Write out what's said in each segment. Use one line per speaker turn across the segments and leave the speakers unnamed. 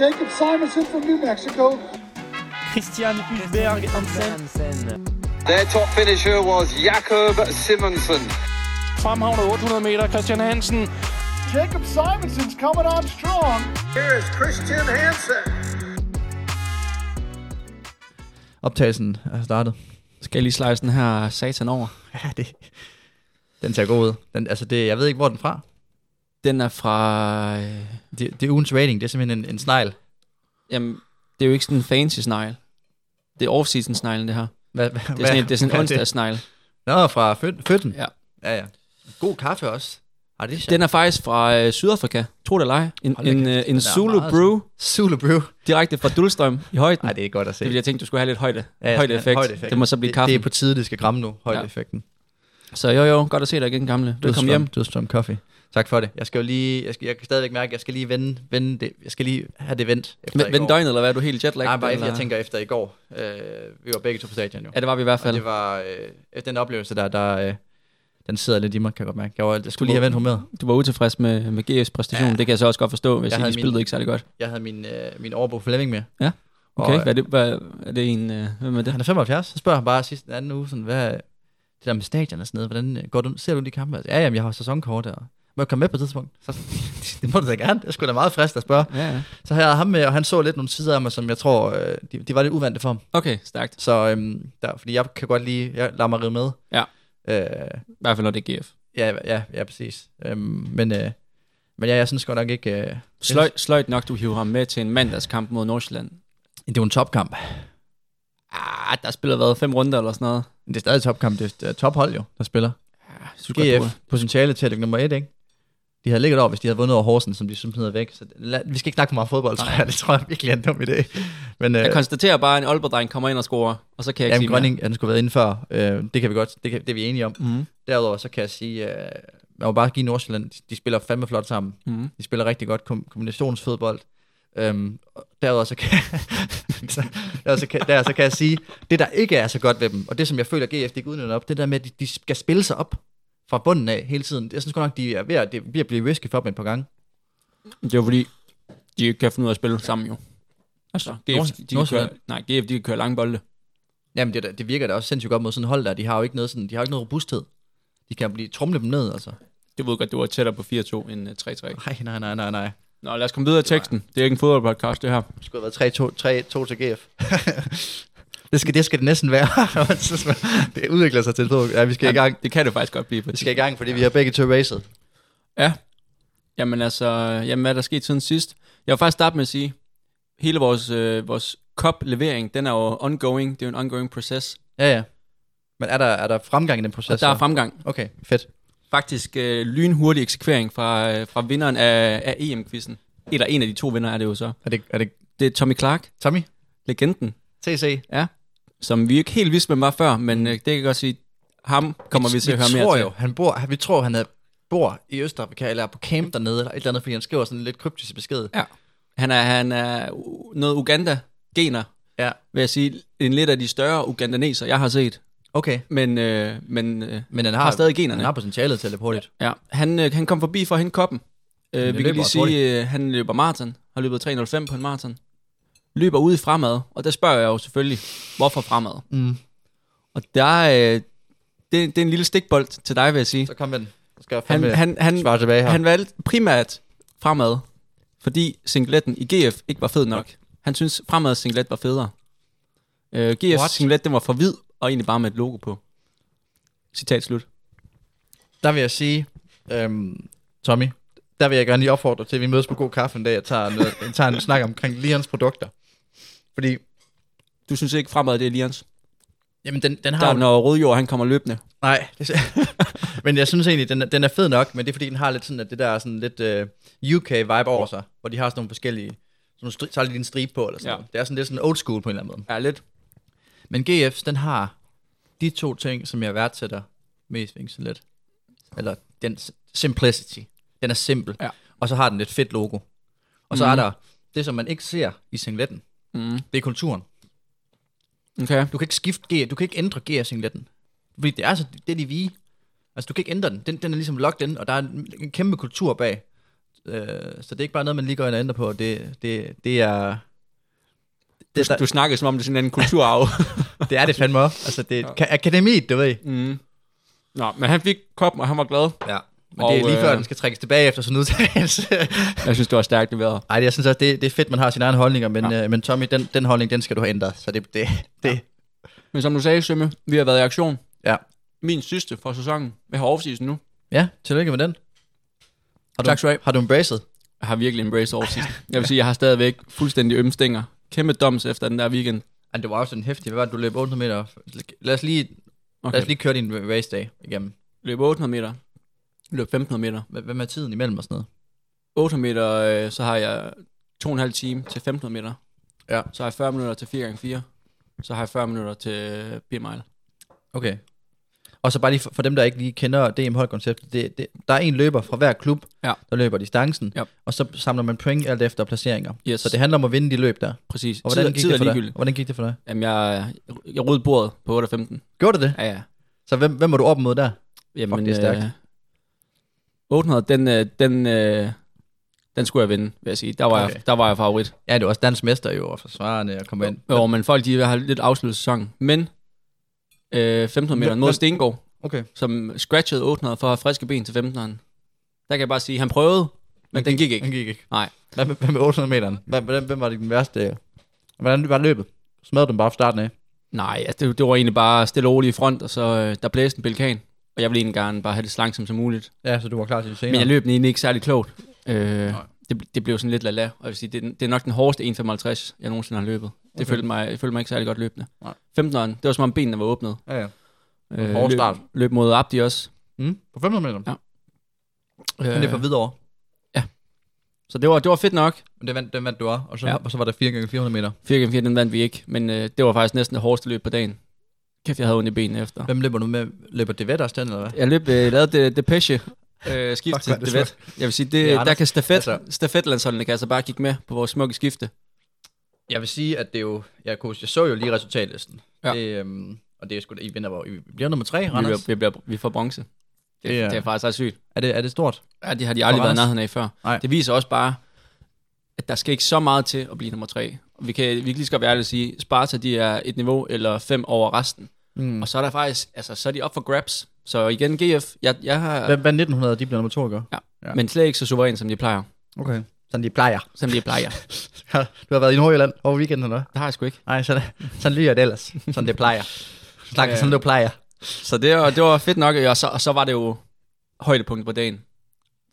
Jacob Simonson from New Mexico.
Christian Hulberg Hansen.
Their top finisher was Jakob Simonsen.
Fremhavnet 800 meter, Christian Hansen.
Jacob Simonson's coming on strong.
Here is Christian Hansen.
Optagelsen er startet.
Skal jeg lige slice den her satan over?
Ja, det... Den ser god ud. Den, altså, det, jeg ved ikke, hvor er den fra.
Den er fra... Øh,
Det, det er ugens rating. Det er simpelthen en, en snegl.
jamen, det er jo ikke sådan en fancy snegl. Det er off-season sneglen, det her.
Hvad, hvad,
Det er sådan en, det er sådan en
hvad
onsdags snegl.
Nå, fra fød- fødden.
Ja.
ja, ja. God kaffe også. Ah, det er
Den er faktisk fra øh, Sydafrika. Tro det eller ej. En,
Hold da
en,
kæft,
øh,
den er
en Zulu
meget
Brew
Zulu Brew.
direkte fra Dulstrøm i højden.
Nej, det er godt at se.
Det ville jeg tænke, du skulle have lidt højde,
Ja, ja,
højde, effekt.
højde effekt.
Det må så blive kaffe.
Det, det er på tide, det skal ramme nu. Højdeeffekten. Ja.
Så jo jo, godt at se dig igen, gamle. Du kom hjem.
Dødstrøm Coffee. Tak for det. Jeg skal jo lige, jeg, skal, jeg kan stadigvæk mærke, at jeg skal lige vende, vende det. Jeg skal lige have det vendt. efter i
Vend
går.
vend døgnet, eller hvad? Er du helt jetlagget?
Nej, bare efter, jeg
eller?
tænker efter i går. Øh, vi var begge to på stadion jo.
Ja, det var vi i hvert
Og
fald.
det var øh, den oplevelse der, der øh, den sidder lidt i mig, kan jeg godt mærke. Jeg, var, jeg skulle lige have vendt humøret.
Du var utilfreds med, med GF's præstation.
Ja.
Ja. Det kan jeg så også godt forstå, hvis
Jeg
jeg
havde
de
min-
spillede ikke særlig godt.
Jeg havde min, øh, min overbo Flemming med.
Ja,
Og,
Okay,
øh,
hvad er det, hvad, er det en... Øh, hvem er det?
Han er 75, så spørger han bare sidste den anden uge, sådan, hvad det der med stadion og sådan noget, hvordan øh, går du, ser du de kampe? Altså, ja, jamen, jeg har sæsonkort og må jeg komme med på et tidspunkt? Så, det må du da gerne, det skulle da meget frisk at spørge.
Ja, ja.
Så har jeg ham med, og han så lidt nogle sider af mig, som jeg tror, øh, de, de var lidt uvante for ham.
Okay, stærkt.
Så øhm, der, fordi jeg kan godt lide, jeg lader mig rive med.
Ja.
Øh,
I hvert fald, når det er GF.
ja, ja, ja, præcis. Øhm, men øh, men ja, jeg synes godt nok ikke... Øh,
Sløj, sløjt nok, du hiver ham med til en mandagskamp mod Nordsjælland.
det er jo en topkamp.
Ah, der spiller været fem runder eller sådan noget.
Men Det er stadig topkamp, det er- det er tophold jo, der spiller. Ah,
Ja, jeg synes godt, du
GF, potentiale til at ligge nummer et, ikke? De havde ligget over, hvis de havde vundet over Horsen, som de smider væk. Så lad, vi skal ikke snakke for meget fodbold, tror jeg. Det tror jeg virkelig er en dum idé. Men øh,
Jeg konstaterer bare, at en Aalborg-dreng kommer ind og scorer, og så kan jeg ikke
jamen,
sige mere.
Grønning, han skulle have været inde før. Øh, det kan vi godt, det, kan, det er vi enige om.
Mhm.
Derudover så kan jeg sige, øh, man må bare give Nordsjælland, de- de spiller fandme flot sammen.
Mhm.
De spiller rigtig godt kom- kombinationsfodbold. Øhm, og derudover så kan, så, derudover så, kan, der, så kan jeg sige, det der ikke er så godt ved dem, og det som jeg føler, GF ikke udnytter op, det der med, at de, de skal spille sig op fra bunden af hele tiden. Jeg synes godt nok, de er ved at, det er ved at blive risky for dem et par gange.
Det er jo fordi, de ikke kan finde ud af at spille sammen jo. Altså, GF, de kan køre,
Nordsjælland.
nej, GF, de kan køre lange bolde.
Jamen, det, er da- det virker da også sindssygt godt mod sådan et hold der. De har jo ikke noget, sådan, de har jo ikke noget robusthed. De kan blive trumle dem ned, altså.
Det ved jeg godt, det var tættere på 4-2 end øh, 3-3.
Nej, nej, nej, nej, nej.
Nå, lad os komme videre i teksten. Det er ikke en fodboldpodcast, det her.
Det skulle have været 3-2 3-2 til GF. det, skal, det skal det næsten være. det udvikler sig til et fodbold. Ja, vi skal i gang.
Det kan det faktisk godt blive.
Vi skal i gang, fordi vi har begge to racet.
Ja. Jamen altså, jamen, hvad er der sket siden sidst? Jeg vil faktisk starte med at sige, hele vores, øh, vores cup-levering, den er jo ongoing. Det er jo en ongoing proces.
Ja, ja. Men er der, er der fremgang i den proces?
Og der er
så?
fremgang.
Okay, fedt.
Faktisk øh, lynhurtig eksekvering fra, øh, fra vinderen af, af EM-quizzen. Eller en af de to vinder er det jo så.
Er det, er det
Det er Tommy Clark,
Tommy?
legenden,
TC?
som vi ikke helt vidste, hvem var før, men øh, det kan jeg godt sige, ham kommer vi, til at høre mere
tror
til.
jo, han bor, vi tror, han er, bor i Østafrika, eller er på camp dernede, eller et eller andet, fordi han skriver sådan en lidt kryptisk besked.
Ja. Han er, han er u- noget Uganda-gener,
Ja.
vil jeg sige. En lidt af de større ugandaneser, jeg har set.
Okay.
Men, øh, men øh,
Men han har,
har, har stadig generne.
han har potentialet til at løbe hurtigt.
Ja, han, øh, han kom forbi for at hente koppen.
det
Øh, vi
løber
kan lige
også hurtigt.
sige, øh, han løber maraton. Har løbet 3.05 på en maraton. Løber ud fremad, og der spørger jeg jo selvfølgelig, hvorfor fremad?
Mm.
Og der øh, det, det er en lille stikbold til dig, vil jeg sige.
Så kom med den. Så skal jeg
Han,
fandme
han, han,
svare tilbage her.
han valgte primært fremad, fordi singletten i GF ikke var fed nok. Han synes fremad singlet var federe. Øh, GF's
What?
singlet, den var for hvid, og egentlig bare med et logo på. Citat slut.
Der vil jeg sige, øhm, Tommy, der vil jeg gerne lige opfordre til, at vi mødes på god kaffe en dag og tager en, tager en snak omkring lige hans produkter. Fordi
Du synes ikke fremad, det er Lians?
jamen, den, den
Der,
har...
er, når Rødjord, han kommer løbende.
Nej, det, men jeg synes egentlig, den, er- den er fed nok, men det er fordi, den har lidt sådan, at det der er sådan lidt øh, UK-vibe over sig, hvor de har sådan nogle forskellige, sådan nogle stri- så har de lige en stribe på, eller sådan
Ja.
noget. Det er sådan lidt sådan old school på en eller anden måde.
Ja, lidt.
Men GF's, den har de to ting, som jeg værdsætter mest ved lidt. Eller den s- simplicity. Den er simpel.
Ja.
Og så har den et fedt logo. Og så mm. er der det, som man ikke ser i singletten.
Mm.
Det er kulturen.
Okay.
Du kan ikke skifte G, du kan ikke ændre G af singletten. Fordi det er altså det, er de vige. Altså, du kan ikke ændre den. den. Den er ligesom locked in, og der er en, en kæmpe kultur bag. Øh, så det er ikke bare noget, man lige går ind og ændrer på. Det, det, det er... Det,
Du
der,
snakker som om, det er sådan en anden kulturarv.
det er det fandme også. Altså, det er ka- akademiet, du ved.
mm. Nå, men han fik koppen, og han var glad.
Ja. Men
Og,
det er lige før,
øh,
den skal trækkes tilbage efter sådan en udtalelse.
Jeg synes, det var stærkt leveret.
Ej, jeg synes også, det, det er fedt, man har sine egne holdninger, men, ja. øh, men Tommy, den, den holdning, den skal du have ændret. Så det, det, det
Men som du sagde, Sømme, vi har været i aktion.
ja.
Min sidste for sæsonen. Vi har offseason nu.
Ja, tillykke med den. Har du,
Tak skal du have.
Har du embraced?
Jeg har virkelig embraced offseason. Jeg vil sige, jeg har stadigvæk fuldstændig ømme stænger. Kæmpe doms efter den der weekend.
Ej, det var også en hæftig. Hvad var det, du løb 800 meter? Lad os lige, okay. lad
Okay.
os lige køre din race dag igennem.
Løb 800 meter. Løb 1500 meter.
Hvad hvad med tiden imellem og sådan noget?
800 meter, øh, så har jeg 2,5 time til 1500 meter.
Ja.
Så har jeg 40 minutter til 4x4. Så har jeg 40 minutter til 4 mile.
Okay. Og så bare lige for, for dem, der ikke lige kender DM holdkonceptet, det, det, der er en løber fra hver klub,
Ja.
der løber distancen,
Ja.
og så samler man point alt efter placeringer.
Yes.
Så det handler om at vinde de løb der.
Præcis.
Og hvordan gik,
tid er
det for dig?
ligegyldigt.
Og hvordan gik det for dig?
Jamen, jeg, jeg rydde bordet på 8.15.
Gjorde du det?
Ja, ja.
Så hvem, hvem var du op mod der?
Jamen,
det er stærkt.
Øh, 800, den, øh, den, øh, den skulle jeg vinde, vil jeg sige. Der var, okay.
Okay.
jeg, der var jeg favorit.
Ja, det var også dansk mester jo, og forsvarende og komme ind.
Jo, men folk, de har lidt afsluttet sæsonen. Men øh, 1500 meter
Hvem-
mod
hvem-
Stengård,
Okay.
som scratchede 800 for at have friske ben til 1500'eren. Der kan jeg bare sige, han prøvede, men den gik ikke.
Den gik ikke.
Nej.
Hvad med, hvad med 800 meteren? Hvad, hvordan, hvem var det den værste? Hvordan var løbet? Smadrede du den bare fra starten af?
Nej, altså, det, det var egentlig bare stille og roligt i front, og så øh, der blæste en pelikan. Og jeg ville egentlig gerne bare have det så langsomt som muligt.
Ja, så du var klar til det senere.
Men jeg løb den egentlig ikke særlig klogt. Øh, det, det blev sådan lidt lala. Og jeg vil sige, det, er den- det er nok den hårdeste 1,55, jeg nogensinde har løbet. Det okay. følte mig, jeg følte mig ikke særlig godt løbende.
Nej.
15'eren, det var som om benene var åbnet.
Ja, ja.
Øh,
Hård
løb,
start.
løb mod Abdi også.
Mm, på 500 meter?
Ja.
Øh. Men det er for videre.
Så det var, det var fedt nok.
Men det vandt, den vandt du også, og så, ja.
Ja.
og så var der 4x400 meter.
4x4, den vandt vi ikke. Men øh, det var faktisk næsten det hårdeste løb på dagen. Kæft, jeg havde ondt i benene efter.
Hvem løber du med? Løber det ved den, eller hvad?
Jeg løb, øh, lavede det, det pesche. Øh, skift
Fuck,
til
hvor er det
det vet. Jeg vil sige, det,
Ja,
ja, der
Anders,
kan stafet,
altså-
altså. stafetlandsholdene kan altså bare kigge med på vores smukke skifte.
Jeg vil sige, at det er jo... Jeg, kunne, jeg så jo lige resultatlisten.
Ja.
Det, øhm, og det er sgu da, I vinder, hvor I bliver nummer 3,
Vi,
Randers.
bliver, vi, bliver, vi får bronze. Det,
Det
det,
er-
er, det er faktisk ret sygt.
Er det, er det stort?
Ja, det har de aldrig
For
været i
Randers?
nærheden af før.
Nej.
Det viser også bare, at der skal ikke så meget til at blive nummer tre. Og Vi kan, vi kan lige så godt være ærlige og sige, Sparta de er et niveau eller fem over resten.
Mm.
Og så er der faktisk, altså så er de op for grabs. Så igen, GF, jeg, jeg har,
Hvad, hvad 1900, de bliver nummer 2, gør?
ja,
Ja.
ja. men slet ikke så suveræn, som de plejer.
Okay. Sådan de plejer.
Som de plejer.
du har været i Nordjylland over weekenden, eller hvad?
det har jeg sgu ikke.
Nej, sådan, sådan lyder det ellers. Sådan det plejer. Snak
Ja.
som du plejer.
Så det, var- det var fedt nok, og så, og så var det jo højdepunktet på dagen.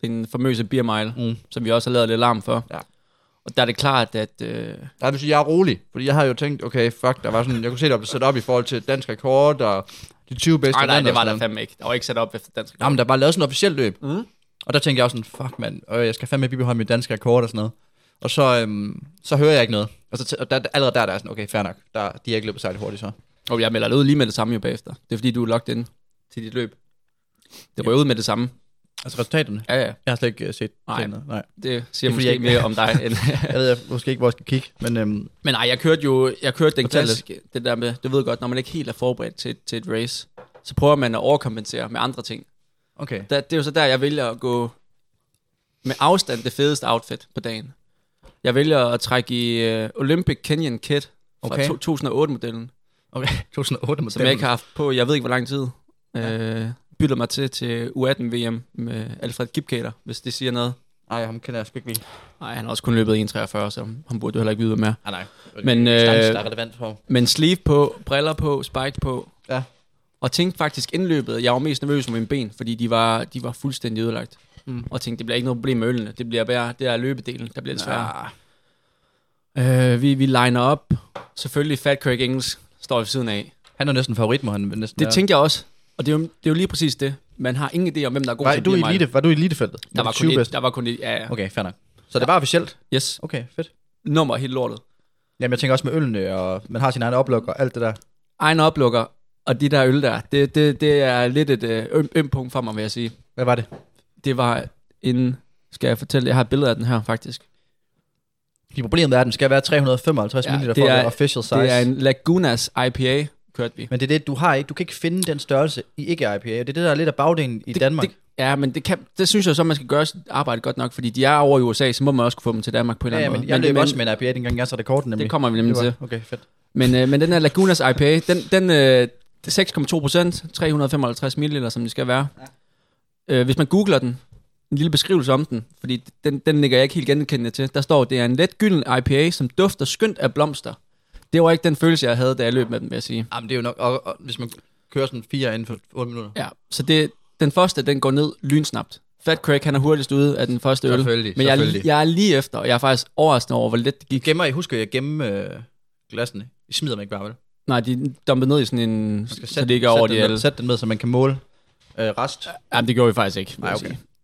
Den famøse beer mile,
Mm.
mm. som vi også har lavet lidt larm for.
Ja.
Og der er det klart, at... Øh,
Ja, det vil sige, jeg er rolig, fordi jeg havde jo tænkt, okay, fuck, der var sådan, jeg kunne se, der blev sat op i forhold til dansk rekord, og de 20 bedste
ej, nej,
mænd og
det var
sådan
der fandme ikke. Der var ikke sat op efter dansk.
Nå, men der var lavet sådan et officielt løb. Mm. Og der tænkte jeg også sådan, fuck mand, øh, jeg skal fandme bibeholde mit danske rekord og sådan noget. Og så, øhm, så hører jeg ikke noget. Og, så tæ- og der, allerede der, der er sådan, okay, fair nok. Der, de er ikke løbet særlig hurtigt så.
Og jeg melder dig ud lige med det samme jo bagefter. Det er fordi, du er locked ind til dit løb. Det røg ud med det samme.
Altså resultaterne?
Ja, ja.
Jeg har slet ikke øh, set
Nej.
set noget. Nej.
Det siger
fordi,
måske
jeg
jeg
ikke-
mere om dig. End...
Jeg ved jeg måske ikke, hvor jeg skal kigge, men øhm,
Men nej, jeg kørte jo jeg kørte den
Fortæl lidt.
klassiske, det der med, du ved godt, når man ikke helt er forberedt til, til et race, så prøver man at overkompensere med andre ting.
okay.
Der, det er jo så der, jeg vælger at gå med afstand det fedeste outfit på dagen. Jeg vælger at trække i øh, Olympic Kenyan Kit fra
Okay.
2008-modellen,
okay. 2008 modellen.
som jeg ikke har haft på, jeg ved ikke hvor lang tid. Øh, bytter mig til til U18-VM med Alfred Gipkater, hvis det siger noget.
Nej, ham kender jeg sgu ikke lige.
Nej, han har også kun løbet 1,43, så han burde jo heller ikke vide, hvad mere.
Ah, nej.
Men,
øh,
øh,
der er relevant for.
Men sleeve på, briller på, spike på.
Ja.
Og tænkte faktisk indløbet, jeg var mest nervøs med mine ben, fordi de var, de var fuldstændig ødelagt. Mm. Og tænkte, det bliver ikke noget problem med ølene. Det bliver bare det der løbedelen, der bliver det svære.
Ah.
Øh, vi, vi liner op. Selvfølgelig Fat Craig Engels står ved siden af.
Han er næsten favorit, må han næsten
Det
være.
tænkte jeg også. Og det er, jo, det er jo lige præcis det. Man har ingen idé om, hvem der er god
var,
til at
du i
blive mig.
elite, var du i elitefeltet?
Der
de
var, kun
20
et,
bedste?
der var kun et, ja, ja.
Okay, fair nok. Så det var officielt?
Yes.
Okay, fedt.
Nummer helt lortet.
Jamen, jeg tænker også med ølene, og man har sin egen oplukker og alt det der.
Egen oplukker, og de der øl der, det, det, det er lidt et øh, øm, øm punkt for mig, vil jeg sige.
Hvad var det?
Det var en... Skal jeg fortælle? Jeg har et billede af den her, faktisk.
Fordi problemet er, at den skal være 355 ja, ml for at være official size.
Det er en Lagunas IPA, kørte vi.
Men det er det, du har ikke. Du kan ikke finde den størrelse i ikke-IPA. Det er det, der er lidt af bagdelen i
det,
Danmark.
Det, Ja, men det, kan, det synes jeg så, man skal gøre sit arbejde godt nok, fordi de er over i USA, så må man også kunne få dem til Danmark på en eller
Ja, ja,
anden
men
måde.
jeg løb også med en IPA, dengang jeg satte rekorden nemlig.
Det kommer vi nemlig
Det var-
til.
Okay, fedt.
Men, øh, men den her Lagunas IPA, den, den øh, 6,2 procent, 355 ml, som det skal være. Ja. Øh, hvis man googler den, en lille beskrivelse om den, fordi den, den ligger jeg ikke helt genkendende til. Der står, det er en let gylden IPA, som dufter skønt af blomster. Det var ikke den følelse, jeg havde, da jeg løb med den, vil jeg sige.
Jamen, det er jo nok, og, og, hvis man kører sådan fire inden for 8 minutter.
Ja, så det, den første, den går ned lynsnapt. Fat Craig, han er hurtigst ude af den første øl.
Selvfølgelig,
men jeg, er-
selvfølgelig.
jeg er lige efter, og jeg er faktisk overrasket over, hvor let det
I
gik.
gemmer, I husker, jeg gemme øh, glassene. I smider dem ikke bare, vel?
Nej, de dumpede ned i sådan en,
Man
så det ikke er over
sæt
de
den ned,
alle.
sæt den ned, så man kan måle øh, rest.
Jamen, det gjorde vi faktisk ikke. vil
Nej,
jeg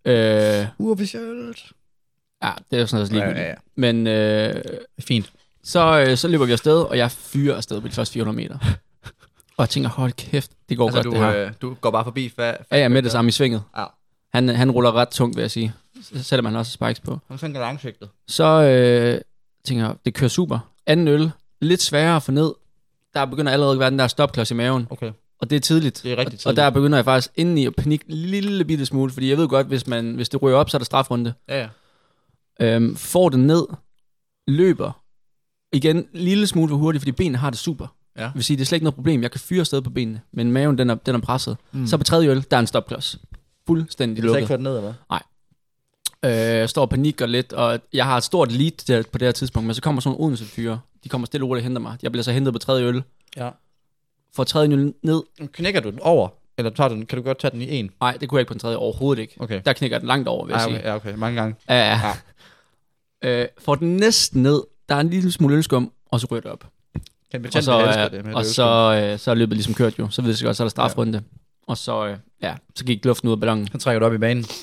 okay.
sige. Øh,
Uofficielt.
Ja, det er jo sådan noget ligegyldigt.
Ja, ja, ja.
Men øh,
Fint.
så, øh, så løber vi afsted, og jeg fyrer afsted på de første 400 meter. Og jeg tænker, hold kæft, det går altså,
Altså,
godt
du,
det her. Øh,
øh, du går bare forbi. Fa- fa-
ja, ja, med det samme i svinget.
Ja.
Han, han ruller ret tungt, vil jeg sige. Så sætter man også spikes på.
Han tænker langsigtet.
Så øh, tænker jeg, det kører super. Anden øl, lidt sværere at få ned. Der begynder allerede at være den der stopklods i maven.
Okay.
Og det er tidligt.
Det er rigtig
Og, og der begynder jeg faktisk indeni at panikke en lille bitte smule, fordi jeg ved godt, hvis, man, hvis det ryger op, så er der strafrunde.
Ja, ja.
øhm, får den ned, løber, igen, en lille smule for hurtigt, fordi benene har det super.
Ja.
Det vil sige, det er slet ikke noget problem. Jeg kan fyre afsted på benene, men maven, den er, den er presset. Mm. Så på tredje øl, der er en stopklods. Fuldstændig
Du har ikke
lukket.
fået den ned, eller hvad?
Øh, jeg står og panikker lidt, og jeg har et stort lead der, på det her tidspunkt, men så kommer sådan nogle Odense fyre. De kommer stille og roligt og henter mig. Jeg bliver så hentet på tredje øl.
Ja.
Får tredje øl ned.
Knækker du den over? Eller tager du den, kan du godt tage den i en?
Nej, det kunne jeg ikke på den tredje overhovedet ikke.
Okay.
Der knækker den langt over, vil jeg
Ej,
sige.
okay, ja, okay. Mange gange.
Ja, ja. Øh, får den næsten ned. Der er en lille smule ølskum, og så ryger det op.
Kan
og så,
elsker
øh,
det, men
og
det er jo
så, øh, så er løbet ligesom kørt jo. Så ved jeg så godt, så er der strafrunde. Ja. Og så, øh, ja, så gik luften ud af ballonen.
Han trækker du op i banen. Skal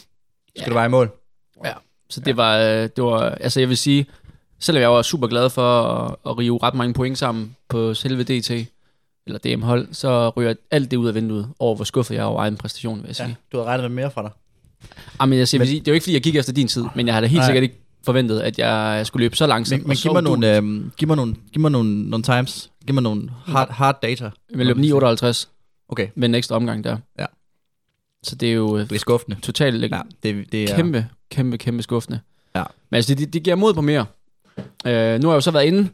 Ja.
du bare i mål?
Så det, ja. var, øh, det var, altså jeg vil sige, selvom jeg var super glad for at, at rive ret mange point sammen på selve DT, eller DM-hold, så ryger alt det ud af vinduet over, hvor skuffet jeg er over egen præstation, vil jeg sige.
Du har regnet med mere fra dig.
Ja. men jeg siger, men, det er jo ikke, fordi jeg gik efter din tid, men jeg havde da helt
Nej.
sikkert ikke forventet, at jeg skulle løbe så langsomt.
Men, men
og så
giv mig,
uduelig.
nogle, øh, giv mig, nogle, giv mig nogle, nogle times. Giv mig nogle hard, hard data.
Men løb 9.58
Okay.
med en ekstra omgang der.
Ja.
Så det er jo øh,
Det er skuffende.
totalt
Ja, det, det er...
Kæmpe, kæmpe, kæmpe skuffende.
Ja.
Men altså, det, det, det giver mod på mere. Øh, nu har jeg jo så været inde,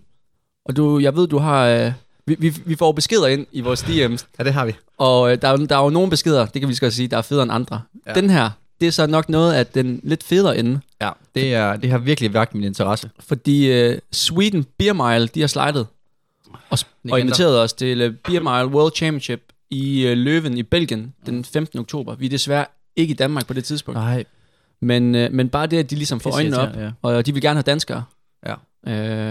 og du, jeg ved, du har... Øh, vi, vi, vi får jo beskeder ind i vores DM's,
Ja, det har vi.
og øh, der, er, jo- der er jo nogle beskeder, det kan vi lige så godt sige, der er federe end andre. Ja.
Ja.
Den her, det er så nok noget af den lidt federe ende,
Ja, det, er, det har virkelig vagt min interesse.
fordi øh, Sweden Beer Mile, de har slidet og, sp- og
Legender.
inviteret os til øh, Beer Mile World Championship i øh, Løven i Belgien den 15. oktober. Vi er desværre ikke i Danmark på det tidspunkt.
Nej,
Men, øh, men bare det, at de ligesom får
Pisse
øjnene op, ja.
irriterende,
og de vil gerne have danskere.
Ja.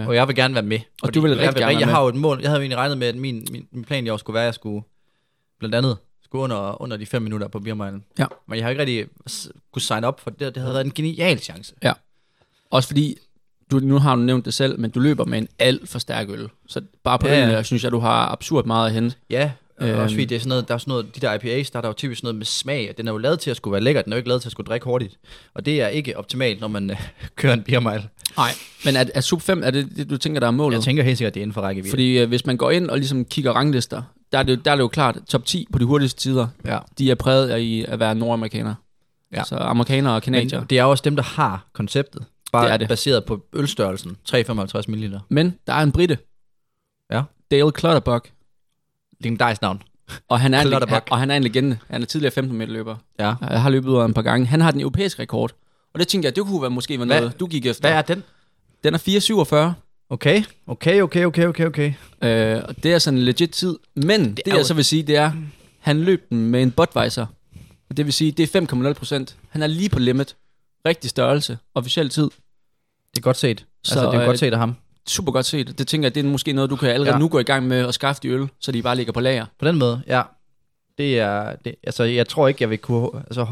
Øh,
og jeg vil gerne være med.
du vil rigtig
jeg
gerne være
Jeg
med.
har jo et mål. Jeg havde jo egentlig regnet med, at min, min, min plan i år skulle være, at jeg skulle blandt andet skulle under, under de fem minutter på Birmejlen.
Ja.
Men jeg har ikke rigtig s- kunne sign op for det. Det havde været en genial chance.
Også fordi, du, nu har du nævnt det selv, men du løber med en alt for stærk øl. Så bare på
Ja, ja.
ja, ja. synes jeg, du har absurd meget at hente.
Ja, og
Øhm.
øhm. også fordi det er sådan noget, der er sådan noget, de der IPAs, der er der jo typisk sådan noget med smag. Den er jo lavet til at skulle være lækker, den er jo ikke lavet til at skulle drikke hurtigt. Og det er ikke optimalt, når man øh, kører en birmejl.
Nej, men er, er sub 5, er det det, du tænker, der er målet?
Jeg tænker helt sikkert, at det er inden for rækkevidde.
fordi øh, hvis man går ind og ligesom kigger ranglister, der er, det, der er det jo klart, top 10 på de hurtigste tider,
Ja.
de er præget af i at være nordamerikanere.
Ja.
Så amerikanere og
Men
kanadier. Men,
det er jo også dem, der har konceptet. Bare
Det
det
er
er
det.
baseret på ølstørrelsen. 3,55 ml.
men der er en brite.
Ja.
Dale Clutterbuck.
Legendarisk navn.
Og han, er en,
Clutterbuck.
og han er en legende. Han er tidligere 15 meter løber.
Ja.
Jeg øh, har løbet ud en par gange. Han har den europæiske rekord. Og det tænker jeg, det kunne være måske være
Hvad-
noget, du gik efter.
Hvad er den?
Den er
Okay, okay, okay, okay, okay, okay.
4.47, øh, og det er sådan en legit tid. Men det, det
er
jeg
jo-
så vil sige, det er, han løb den med en Budweiser. Og det vil sige, det er 5,0 procent. Han er lige på limit. Rigtig størrelse. Officiel tid.
Det er godt set.
Så,
Så, altså, det er
øh,
godt set af ham.
Super godt set. Det tænker jeg, det er måske noget, du kan allerede ja.
Ja.
nu gå i gang med at skaffe de øl, så de bare ligger på lager.
På den måde, ja. Det er, det, altså, jeg tror ikke, jeg vil kunne altså,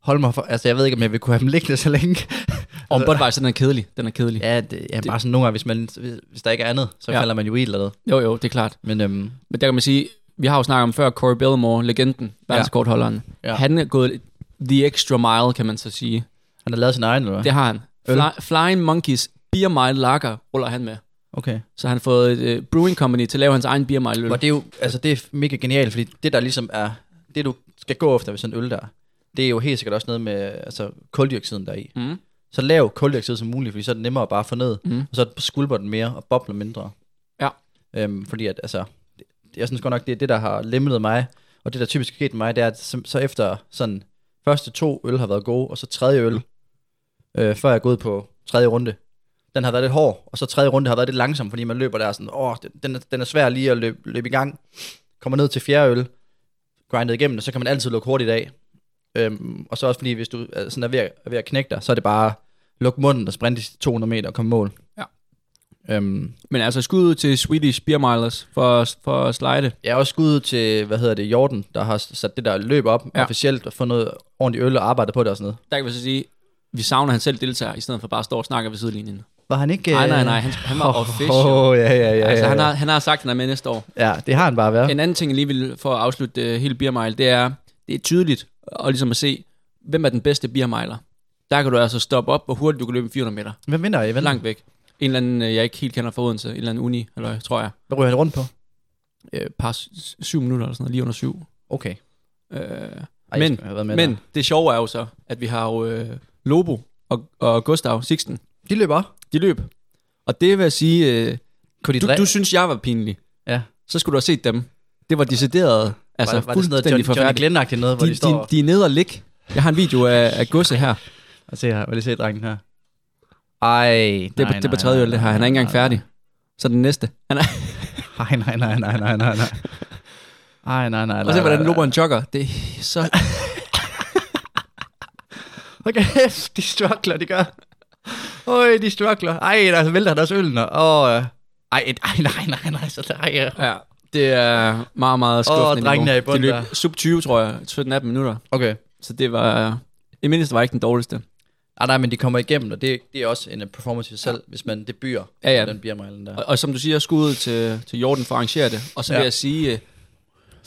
holde mig for... Altså, jeg ved ikke, om jeg vil kunne have dem liggende så længe.
Og en Budweiser, den er kedelig. Den er kedelig. Altså- Ja.
ja, det, ja, bare sådan nogle gange, hvis, man, hvis, hvis der ikke er andet, så
Ja.
ja. falder man jo i et eller noget.
Jo, jo, det er klart.
Men øhm,
Men der kan man sige, vi har jo snakket om før, Corey Bellamore, legenden, verdenskortholderen. Ja.
Ja.
Han er gået the extra mile, kan man så sige.
han har lavet sin egen, eller hvad?
Det har han.
Øl.
Fly, Flying Monkeys Beer Mile Lager ruller han med.
Okay.
Så han har fået et uh, brewing company til at lave hans egen Beer Mile øl.
Og det er jo altså, det er mega genialt, fordi det, der ligesom er... Det, du skal gå efter ved sådan en øl der, det er jo helt sikkert også noget med altså, koldioxiden der er i.
Mm.
Så lav koldioxid som muligt, fordi så er det nemmere at bare få ned,
Mm.
og så skulper den mere og bobler mindre.
Ja.
Øhm, fordi at, altså, det- jeg synes godt nok, det er det, der har lemmet mig, og det, der typisk er sket med mig, det er, at så, så efter sådan første to øl har været gode, og så tredje øl,
Mm.
øh, før jeg er gået på tredje runde, den har været lidt hård, og så tredje runde har været lidt langsom, fordi man løber der sådan, åh, den- den, er- den er svær lige at løbe, løbe i gang, kommer ned til fjerde øl, grindet igennem, og så kan man altid lukke hurtigt af. Øhm, og så også fordi, hvis du er, sådan er, ved at, er ved at knække dig, så er det bare luk munden og sprinte de 200 meter og komme i mål.
Ja.
Øhm,
Men altså skud ud til Swedish Beer Milers for, for at slide.
jeg er også skud til, hvad hedder det, Jordan, der har sat det der løb op
Ja.
ja. officielt og fundet ordentligt øl og arbejdet på det og sådan noget.
Der kan vi så sige, vi savner, at han selv deltager, i stedet for bare at stå og snakke ved sidelinjen.
Var han ikke... øh,
Nej, nej, nej, han, han var official.
Åh, oh, ja, ja, ja, ja, ja.
Altså, han har, han har sagt, at han er med næste år.
ja, det har han bare været.
En anden ting, jeg lige vil for at afslutte uh, hele biermejl, det er, det er tydeligt at, ligesom at se, hvem er den bedste biermejler. Der kan du altså stoppe op, hvor hurtigt du kan løbe en 400 meter.
Hvem vinder i eventen?
Langt væk. En eller anden, øh, jeg ikke helt kender fra Odense, en eller anden uni, eller tror jeg,
Hvad ryger han rundt på?
øh, par s- syv minutter eller sådan noget, lige under syv.
Okay. Ej,
Øh, Men-
jeg skulle have været med
men
der.
det sjove er jo så, at vi har jo øh, Lobo og, og Gustav Sixten,
De løber.
de løb. Og det vil jeg sige, øh,
Kunne de
du,
dræ-
du synes, jeg var pinlig.
Ja.
Så skulle du have set dem. Det var decideret, altså
var,
var,
var det sådan noget
fuldstændig
John, Johnny
forfærdeligt.
Glenn-agtigt noget, hvor de,
de,
står
de,
og...
de er nede og ligge. Jeg har en video af, af Gusse her.
Og se her, vil I se drengen her? Ej, nej,
Det er, på, det er på tredje øl, det her. Han er ikke engang færdig. Så den næste. Han er,
Nej, nej, nej, nej, nej, nej, nej. Ej, nej, nej, nej.
og se, hvordan
nej,
Lobo en jogger. Det er så...
Hold kæft, de struggler, de gør. Øj, de struggler. Ej, der vælter han også ølene. Åh, øh. ej, et- ej, nej, nej, nej, så der, ja.
Ja, det er meget, meget skuffende.
Åh, drengene
niveau.
er i bund
De løb
der.
sub 20, tror jeg. 17-18 minutter.
Okay.
Så det var... I mindst var ikke den dårligste.
Ah, nej, men de kommer igennem, og det, det er også en øh, performance i sig selv, hvis man det byer,
Ja, ja.
den biermejlen der.
Og, og som du siger, skud ud til, til Jordan for at arrangere det. Og så vil
Ja.
jeg sige, øh,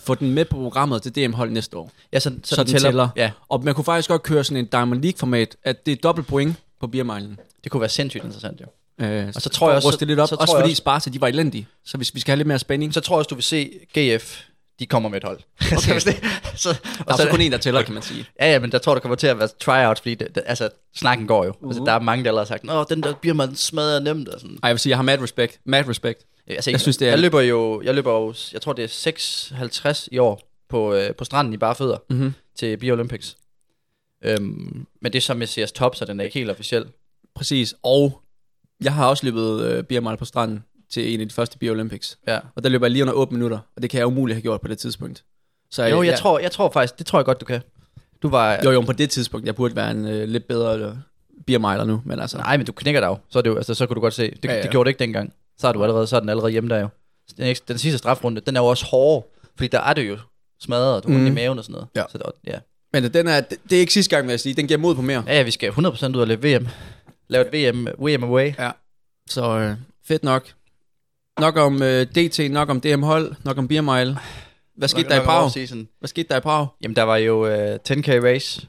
få den med på programmet til DM-hold næste år.
Ja, så,
Så den tæller.
Ja,
Og man kunne faktisk godt køre sådan en Diamond League-format, at det er dobbelt point på biermejlen.
det kunne være sindssygt interessant, jo.
Øh,
så tror jeg også-
ruste lidt op,
så
så
tror
også
jeg
fordi
også-
Sparta, de var elendige. Så hvis vi skal have lidt mere spænding, så
Så tror jeg også, du vil se GF, de kommer med et hold. Okay. så, hvis det, så,
der er så kun en, der tæller, kan man sige.
Ja, ja, men der tror jeg, der kommer til at være tryouts, fordi det, det, altså, snakken går jo. Uh-huh. Altså, der er mange, der allerede har sagt, Nå, den der biermand smadrer nemt. Og sådan.
Ej, jeg vil sige, jeg har mad respect. Mad respect.
Altså,
Jeg synes, det er-
jeg løber jo, jeg løber jo, jeg tror det er 56 i år på, øh, på stranden i bare fødder
Mhm.
til Bio Olympics. Øhm, men det er så med CS Top, så den er ikke helt officiel.
Præcis. Og jeg har også løbet øh, biermejl på stranden til en af de første Bio Olympics.
Ja.
Og der løber jeg lige under 8 minutter, og det kan jeg umuligt have gjort på det tidspunkt. Så
Jo, jeg,
jeg
tror, jeg tror faktisk, det tror jeg godt, du kan. Du var...
Jo, jo, men på det tidspunkt, jeg burde være en øh, lidt bedre øh, biermejler nu, men altså...
Nej, men du knækker dig jo. Så, er det jo altså, så kunne du godt se. Det,
Ja,
ja,
ja.
ja. det gjorde det ikke dengang. Så er, du allerede, så er den allerede hjemme der jo. Den, næste- den sidste strafrunde, den er jo også hårdere, fordi der er det jo smadret, og du er
Mhm.
mm. i maven og sådan noget.
Ja.
Så der, ja.
Men øh, den er, det, det er ikke sidste gang, vil jeg sige. Den giver mod på mere.
ja, ja, vi skal 100% ud og løbe VM. Lave et VM, VM away.
Så øh, fedt nok. Nok om øh, DT, nok om DM-hold, nok om biermejl. Hvad skete der i Prag?
Season.
Hvad skete der i Prag?
Jamen, der var jo øh, 10k race.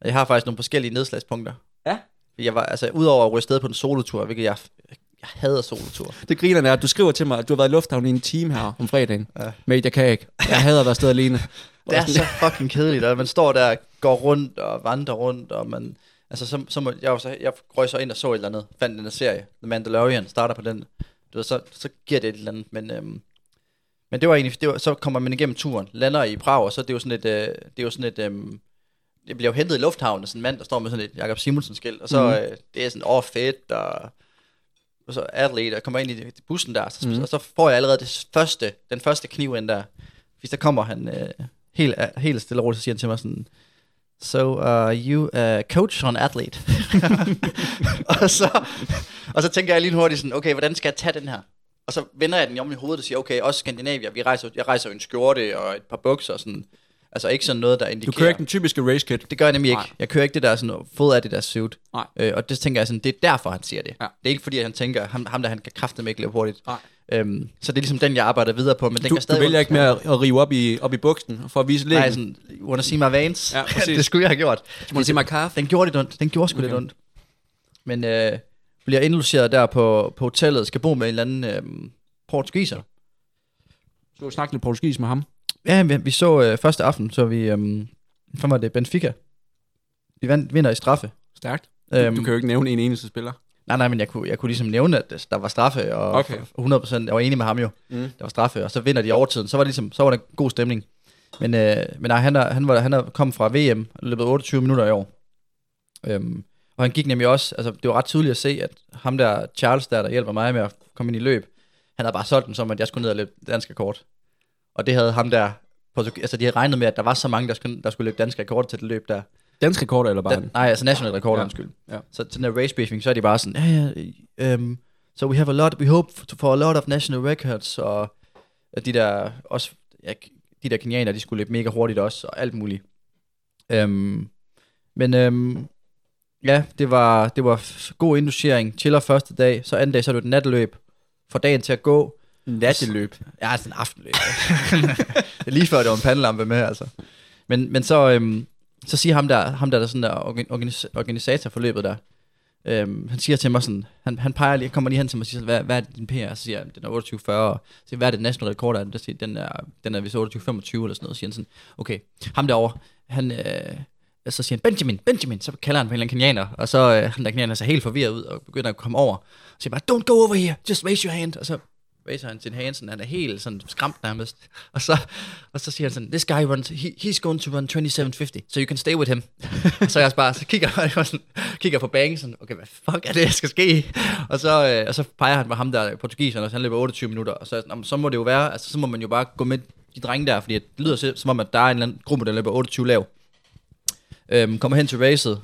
Og jeg har faktisk nogle forskellige nedslagspunkter.
Ja.
Jeg var, altså, udover at ryge afsted på en solotur, hvilket jeg, jeg hader solotur.
Det griner er, at du skriver til mig, at du har været i lufthavnen i en time her om fredagen. Ja.
Ja.
Mate, jeg kan ikke. Jeg hader at være afsted alene.
Det er så fucking kedeligt, og man står der, går rundt og vandrer rundt, og man... Altså, så, så må, jeg, var så, jeg røg så ind og så et eller andet, fandt den her serie, The Mandalorian, starter på den. Du ved, så, så giver det et eller andet, men... Øhm, men det var egentlig, det var, så kommer man igennem turen, lander i Prag, og så er det jo sådan et, øh, det er jo sådan et, øh, det bliver jo hentet i lufthavnen, af sådan en mand, der står med sådan et Jakob Simonsen skilt, og så
Mhm.
mm. øh, det er sådan, åh oh, fedt, og, og så atlet, og kommer ind i bussen der, så,
Mhm.
mm. og så får jeg allerede det første, den første kniv ind der, hvis der kommer han øh, helt, helt stille og roligt, så siger han til mig sådan, So uh, you uh, coach on athlete. og, så, og så tænker jeg lige hurtigt sådan, okay, hvordan skal jeg tage den her? Og så vender jeg den om i hovedet og siger, okay, også Skandinavia, vi rejser, jeg rejser jo en skjorte og et par bukser. Sådan, altså ikke sådan noget, der
Du
indikerer.
kører ikke den typiske race kit.
Det gør jeg nemlig ikke.
Nej.
Jeg kører ikke det der sådan, fod af det der suit.
Nej.
Øh, og det tænker jeg sådan, det er derfor, han siger det.
Ja.
Det er ikke fordi, at han tænker, ham, ham der, han kan kraftedeme ikke løbe hurtigt.
Nej.
Øhm, så det er ligesom den, jeg arbejder videre på, men den
Du,
kan
du
stadig
vælger ikke mere at at rive op i, op i buksen for at vise lægen.
Nej, sådan, you wanna see my veins?
Ja, præcis.
det skulle jeg have gjort.
Må du se mig kaffe?
Den gjorde lidt ondt. Den gjorde sgu okay. lidt ondt. Men øh, bliver indlogeret der på, på hotellet, skal bo med en eller anden øh, portugiser.
Du har snakket lidt portugis med ham.
Ja, vi, vi så øh, første aften, så vi, øh, hvad var det, Benfica. De vandt, vinder i straffe.
Stærkt.
Øhm,
Du kan jo ikke nævne en eneste spiller.
Nej, nej, men jeg kunne, jeg kunne ligesom nævne, at der var straffe, og
Okay.
okay. 100%, jeg var enig med ham jo, mm. der var straffe, og så vinder de i overtiden, så var, det ligesom, så var der god stemning. Men, øh, men nej, han, er, han, var, han er kommet fra VM, og løbet 28 minutter i år. Øhm, og han gik nemlig også, altså det var ret tydeligt at se, at ham der, Charles der, der hjælper mig med at komme ind i løb, han havde bare solgt den som, at jeg skulle ned og løbe dansk rekord. Og det havde ham der, portug- altså de havde regnet med, at der var så mange, der skulle, der skulle løbe dansk rekord til det løb der.
Dansk rekorder eller bare?
Dan, nej, altså national rekord,
Ja.
ja. undskyld.
Ja.
Ja. Så til den der race briefing, så er de bare sådan, ja, ja, um, so we have a lot, we hope for, for a lot of national records, og at de der, også, ja, de der kenianer, de skulle løbe mega hurtigt også, og alt muligt. Um, men um, ja, det var, det var f- god indlogering, chiller første dag, så anden dag, så er det et natløb, for dagen til at gå,
Natteløb.
Ja, altså en aftenløb. det er lige før, det var en pandelampe med, altså. Men, men så, øhm, så siger ham der, ham der, der sådan der organ, organis, organisator for løbet der, øhm, han siger til mig sådan, han, han peger lige, kommer lige hen til mig og siger, sådan, hvad, hvad er din PR? Så siger jeg, den er 28,40. Og så siger, hvad er det nationale rekord? Der? er?" Der siger, den er, den er vist 28,25 eller sådan noget. Så siger han sådan, okay, ham derovre, han, øh, så siger han, Benjamin, Benjamin, så kalder han på en eller anden kenianer, og så øh, han der kenianer ser helt forvirret ud, og begynder at komme over, og siger bare, don't go over here, just raise your hand, og så raiser han sin hand, sådan, han er helt sådan skræmt nærmest, og så, og så siger han sådan, this guy runs, he, he's going to run 27.50, so you can stay with him, og så er jeg også bare, så kigger han sådan, kigger på banen, sådan, okay, hvad fuck er det, der skal ske, og så, øh, og så peger han på ham der, portugiseren, og så han løber 28 minutter, og så, er jeg sådan, "Nå, men så må det jo være, altså så må man jo bare gå med de drenge der, fordi det lyder så- som om, at der er en eller anden gruppe, der løber 28 lav, Øhm, kommer hen til racet.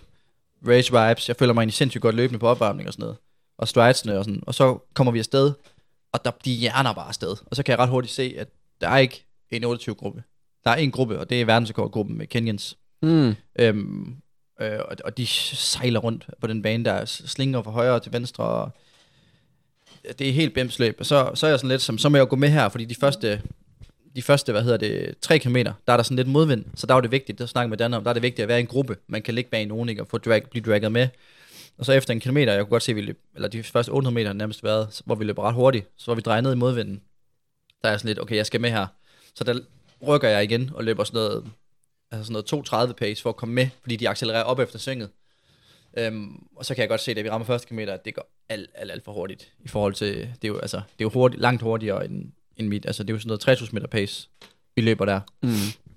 Race vibes. Jeg føler mig egentlig sindssygt godt løbende på opvarmning og sådan noget. Og stridesene og sådan. Og så kommer vi afsted, og der, de hjerner bare afsted. Og så kan jeg ret hurtigt se, at der er ikke en 28-gruppe. Der er en gruppe, og det er verdensrekordgruppen med Kenyans.
Mm.
Øhm, øh, og, og de sejler rundt på den bane, der slinger fra højre til venstre. Og det er helt bimsløb. Og så, så er jeg sådan lidt som, så må jeg jo gå med her, fordi de første, de første, hvad hedder det, 3 km, der er der sådan lidt modvind, så der er det vigtigt, der snakker med Dan om, der er det vigtigt at være i en gruppe, man kan ligge bag nogen, ikke, og få drag, blive dragget med. Og så efter en kilometer, jeg kunne godt se, at vi løb, eller de første 800 meter har nærmest været, så- hvor vi løb ret hurtigt, så var vi drejet ned i modvinden. Der er jeg sådan lidt, okay, jeg skal med her. Så der rykker jeg igen og løber sådan noget, altså sådan noget 2.30 pace for at komme med, fordi de accelererer op efter svinget. Øhm, og så kan jeg godt se, at vi rammer første kilometer, at det går alt, alt, alt for hurtigt i forhold til, det er jo, altså, det er jo hurtigt, langt hurtigere end, end mit, altså det er jo sådan noget 3000 meter pace, vi løber der.
Mm.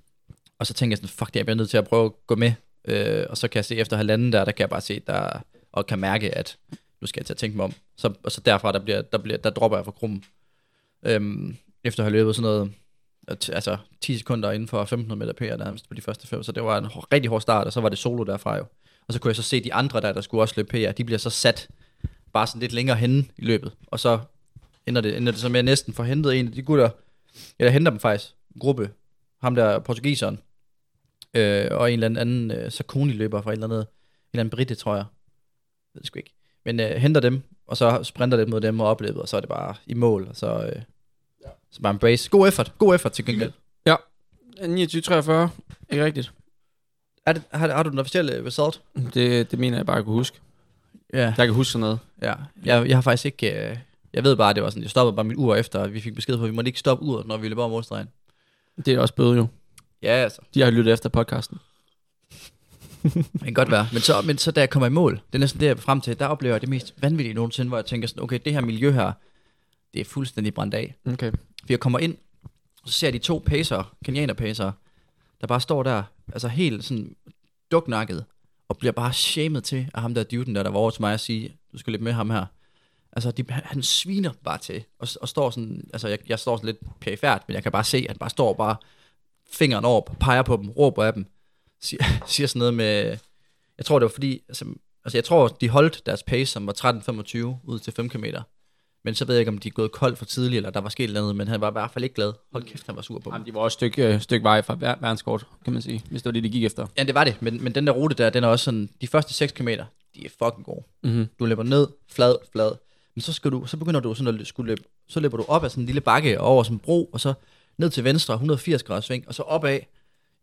Og så tænker jeg sådan, fuck det, jeg bliver nødt til at prøve at gå med. Øh, og så kan jeg se efter halvanden der, der kan jeg bare se, der, og kan mærke, at nu skal jeg til at tænke mig om. Så, og så derfra, der, bliver, der, bliver, der dropper jeg fra krummen. Øhm, efter at have løbet sådan noget, at- altså 10 sekunder inden for 1500 meter PR nærmest på de første fem, så det var en hår- rigtig hård start, og så var det solo derfra jo. Og så kunne jeg så se de andre der, der skulle også løbe PR, de bliver så sat bare sådan lidt længere henne i løbet. Og så ender det, ender det så med, at jeg næsten får hentet en af de gutter, eller henter dem faktisk, en gruppe, ham der portugiseren, øh, og en eller anden øh, Sarkoni-løber fra en eller anden, en eller anden britte, tror jeg. Jeg ved det sgu ikke. Men øh, henter dem, og så sprinter lidt mod dem og oplever, og så er det bare i mål, og så, øh, ja. så bare embrace. God effort, god effort til gengæld.
29-43. Ikke rigtigt.
Er det, har, har du den officielle øh, result?
Det, det mener jeg bare, jeg kunne huske.
Ja.
Jeg kan huske sådan noget.
ja. Jeg, jeg har faktisk ikke... Øh, jeg ved bare, at det var sådan, jeg stoppede bare mit ur efter, at vi fik besked på, at vi måtte ikke stoppe uret, når vi løber om målstregen.
Det er også bøde jo.
Ja, altså.
De har lyttet efter podcasten.
Det kan godt være. Men så, men så da jeg kommer i mål, det er næsten det, jeg er frem til, der oplever jeg det mest vanvittige nogensinde, hvor jeg tænker sådan, okay, det her miljø her, det er fuldstændig brændt af.
Okay.
For jeg kommer ind, og så ser jeg de to pacer, kenianer pacer, der bare står der, altså helt sådan duknakket, og bliver bare shamed til af ham der duden, der, der var over til mig og sige, du skal løbe med ham her. Altså, de, han, han sviner bare til, og, og står sådan, altså jeg, jeg står sådan lidt perifært, men jeg kan bare se, at han bare står bare fingeren over, peger på dem, råber af dem, siger, siger sådan noget med, jeg tror det var fordi, altså, altså jeg tror de holdt deres pace, som var 13.25 ud til 5 km. Men så ved jeg ikke, om de er gået kold for tidligt, eller der var sket noget, men han var i hvert fald ikke glad. Hold kæft, han var sur på dem.
Jamen, de var også et stykke, øh, stykke vej fra ver- verdenskort, kan man sige. Hvis det var det, de gik efter.
Ja, det var det, men, men den der rute der, den er også sådan, de første 6 km, de er fucking gode.
Mm-hmm.
Du løber ned, flad, flad. Men så, skal du, så begynder du sådan at lø- skulle løbe, så løber du op ad sådan en lille bakke og over sådan en bro, og så ned til venstre, 180 graders sving, og så opad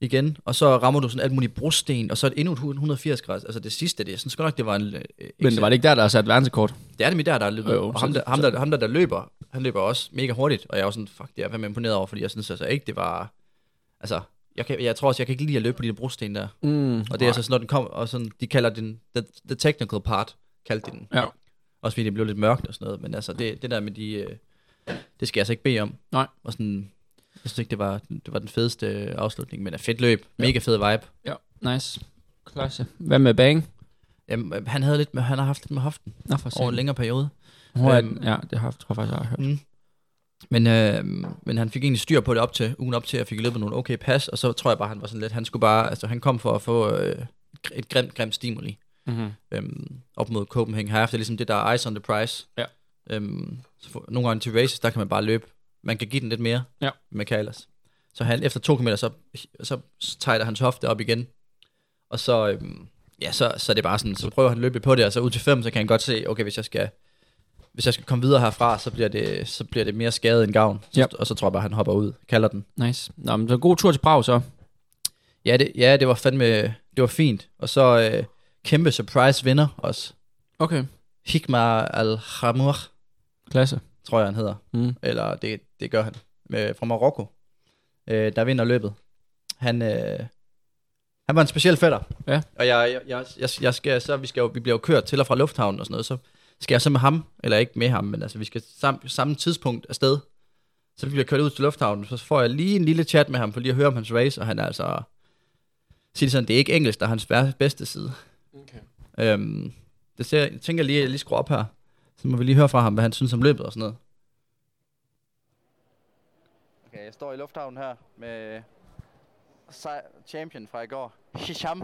igen, og så rammer du sådan alt muligt brosten, og så er det endnu et hu- 180 graders, altså det sidste, det er sådan, skal nok, det var en... øh,
Men det var det ikke der, der er sat verdenskort.
Det er nemlig der, der er løbet.
Jo, jo,
og
så-
ham der, ham, der, ham der, der løber, han løber også mega hurtigt. Og jeg er jo sådan, fuck, det er jeg fandme imponeret over, fordi jeg synes altså ikke, det var... Altså, jeg, kan, jeg tror også, jeg kan ikke lide at løbe på de der brosten der.
Mm,
Og det er altså sådan, når den kommer, og sådan, de kalder den, the, the technical part, kaldte de den.
Ja.
Også fordi det blev lidt mørkt og sådan noget, men altså det, det der med de, øh, det skal jeg altså ikke bede om.
Nej.
Og sådan, jeg synes ikke, det var, det var den fedeste øh, afslutning, men er fedt løb, mega fed vibe.
Ja, nice. Klasse. Hvad med Bang?
Jamen, øh, han, havde lidt med, han har haft lidt med hoften
Nå, for
over en længere periode,
øhm, Ja, det har, tror jeg faktisk, jeg har hørt.
men, øh, men han fik egentlig styr på det op til, ugen op til, og fik løbet nogle okay pas, og så tror jeg bare, han var sådan lidt, han skulle bare, altså han kom for at få øh, et grimt, grimt stimuli.
Mm-hmm.
øhm, op mod Copenhagen Half. Det er ligesom det, der er ice on the price.
Ja.
Øhm, så for, nogle gange til races, der kan man bare løbe. Man kan give den lidt mere,
Ja.
end man kan ellers. Så han, efter to km, så, så tighter hans hofte op igen. Og så, øhm, ja, så, så er det bare sådan, så prøver han at løbe på det, og så ud til 5, så kan han godt se, okay, hvis jeg skal, hvis jeg skal komme videre herfra, så bliver det, så bliver det mere skade end gavn. Så,
Ja.
Og så tror jeg bare, han hopper ud, kalder den.
Nice. Nå, men så god tur til Prag så.
Ja, det, ja, det var fandme, det var fint. Og så øh, kæmpe surprise vinder også.
Okay.
Hikmar al-Hamur,
Klasse.
tror jeg han hedder,
Mm.
eller det, det gør han, øh, fra Marokko, øh, der vinder løbet. Han, øh, han var en speciel fætter,
Ja.
og jeg, jeg, jeg, jeg, jeg skal, så vi, skal jo, vi bliver jo kørt til og fra lufthavnen og sådan noget, så skal jeg så med ham, eller ikke med ham, men altså vi skal sam, samme tidspunkt afsted, så vi bliver kørt ud til lufthavnen, så får jeg lige en lille chat med ham, for lige at høre om hans race, og han er altså, siger det sådan, det er ikke engelsk, der er hans vær- bedste side. Okay. Øhm, det ser, jeg tænker lige, at jeg lige skruer op her, så må vi lige høre fra ham, hvad han synes om løbet og sådan noget. Okay, jeg står i lufthavnen her med sej- champion fra i går, Hisham.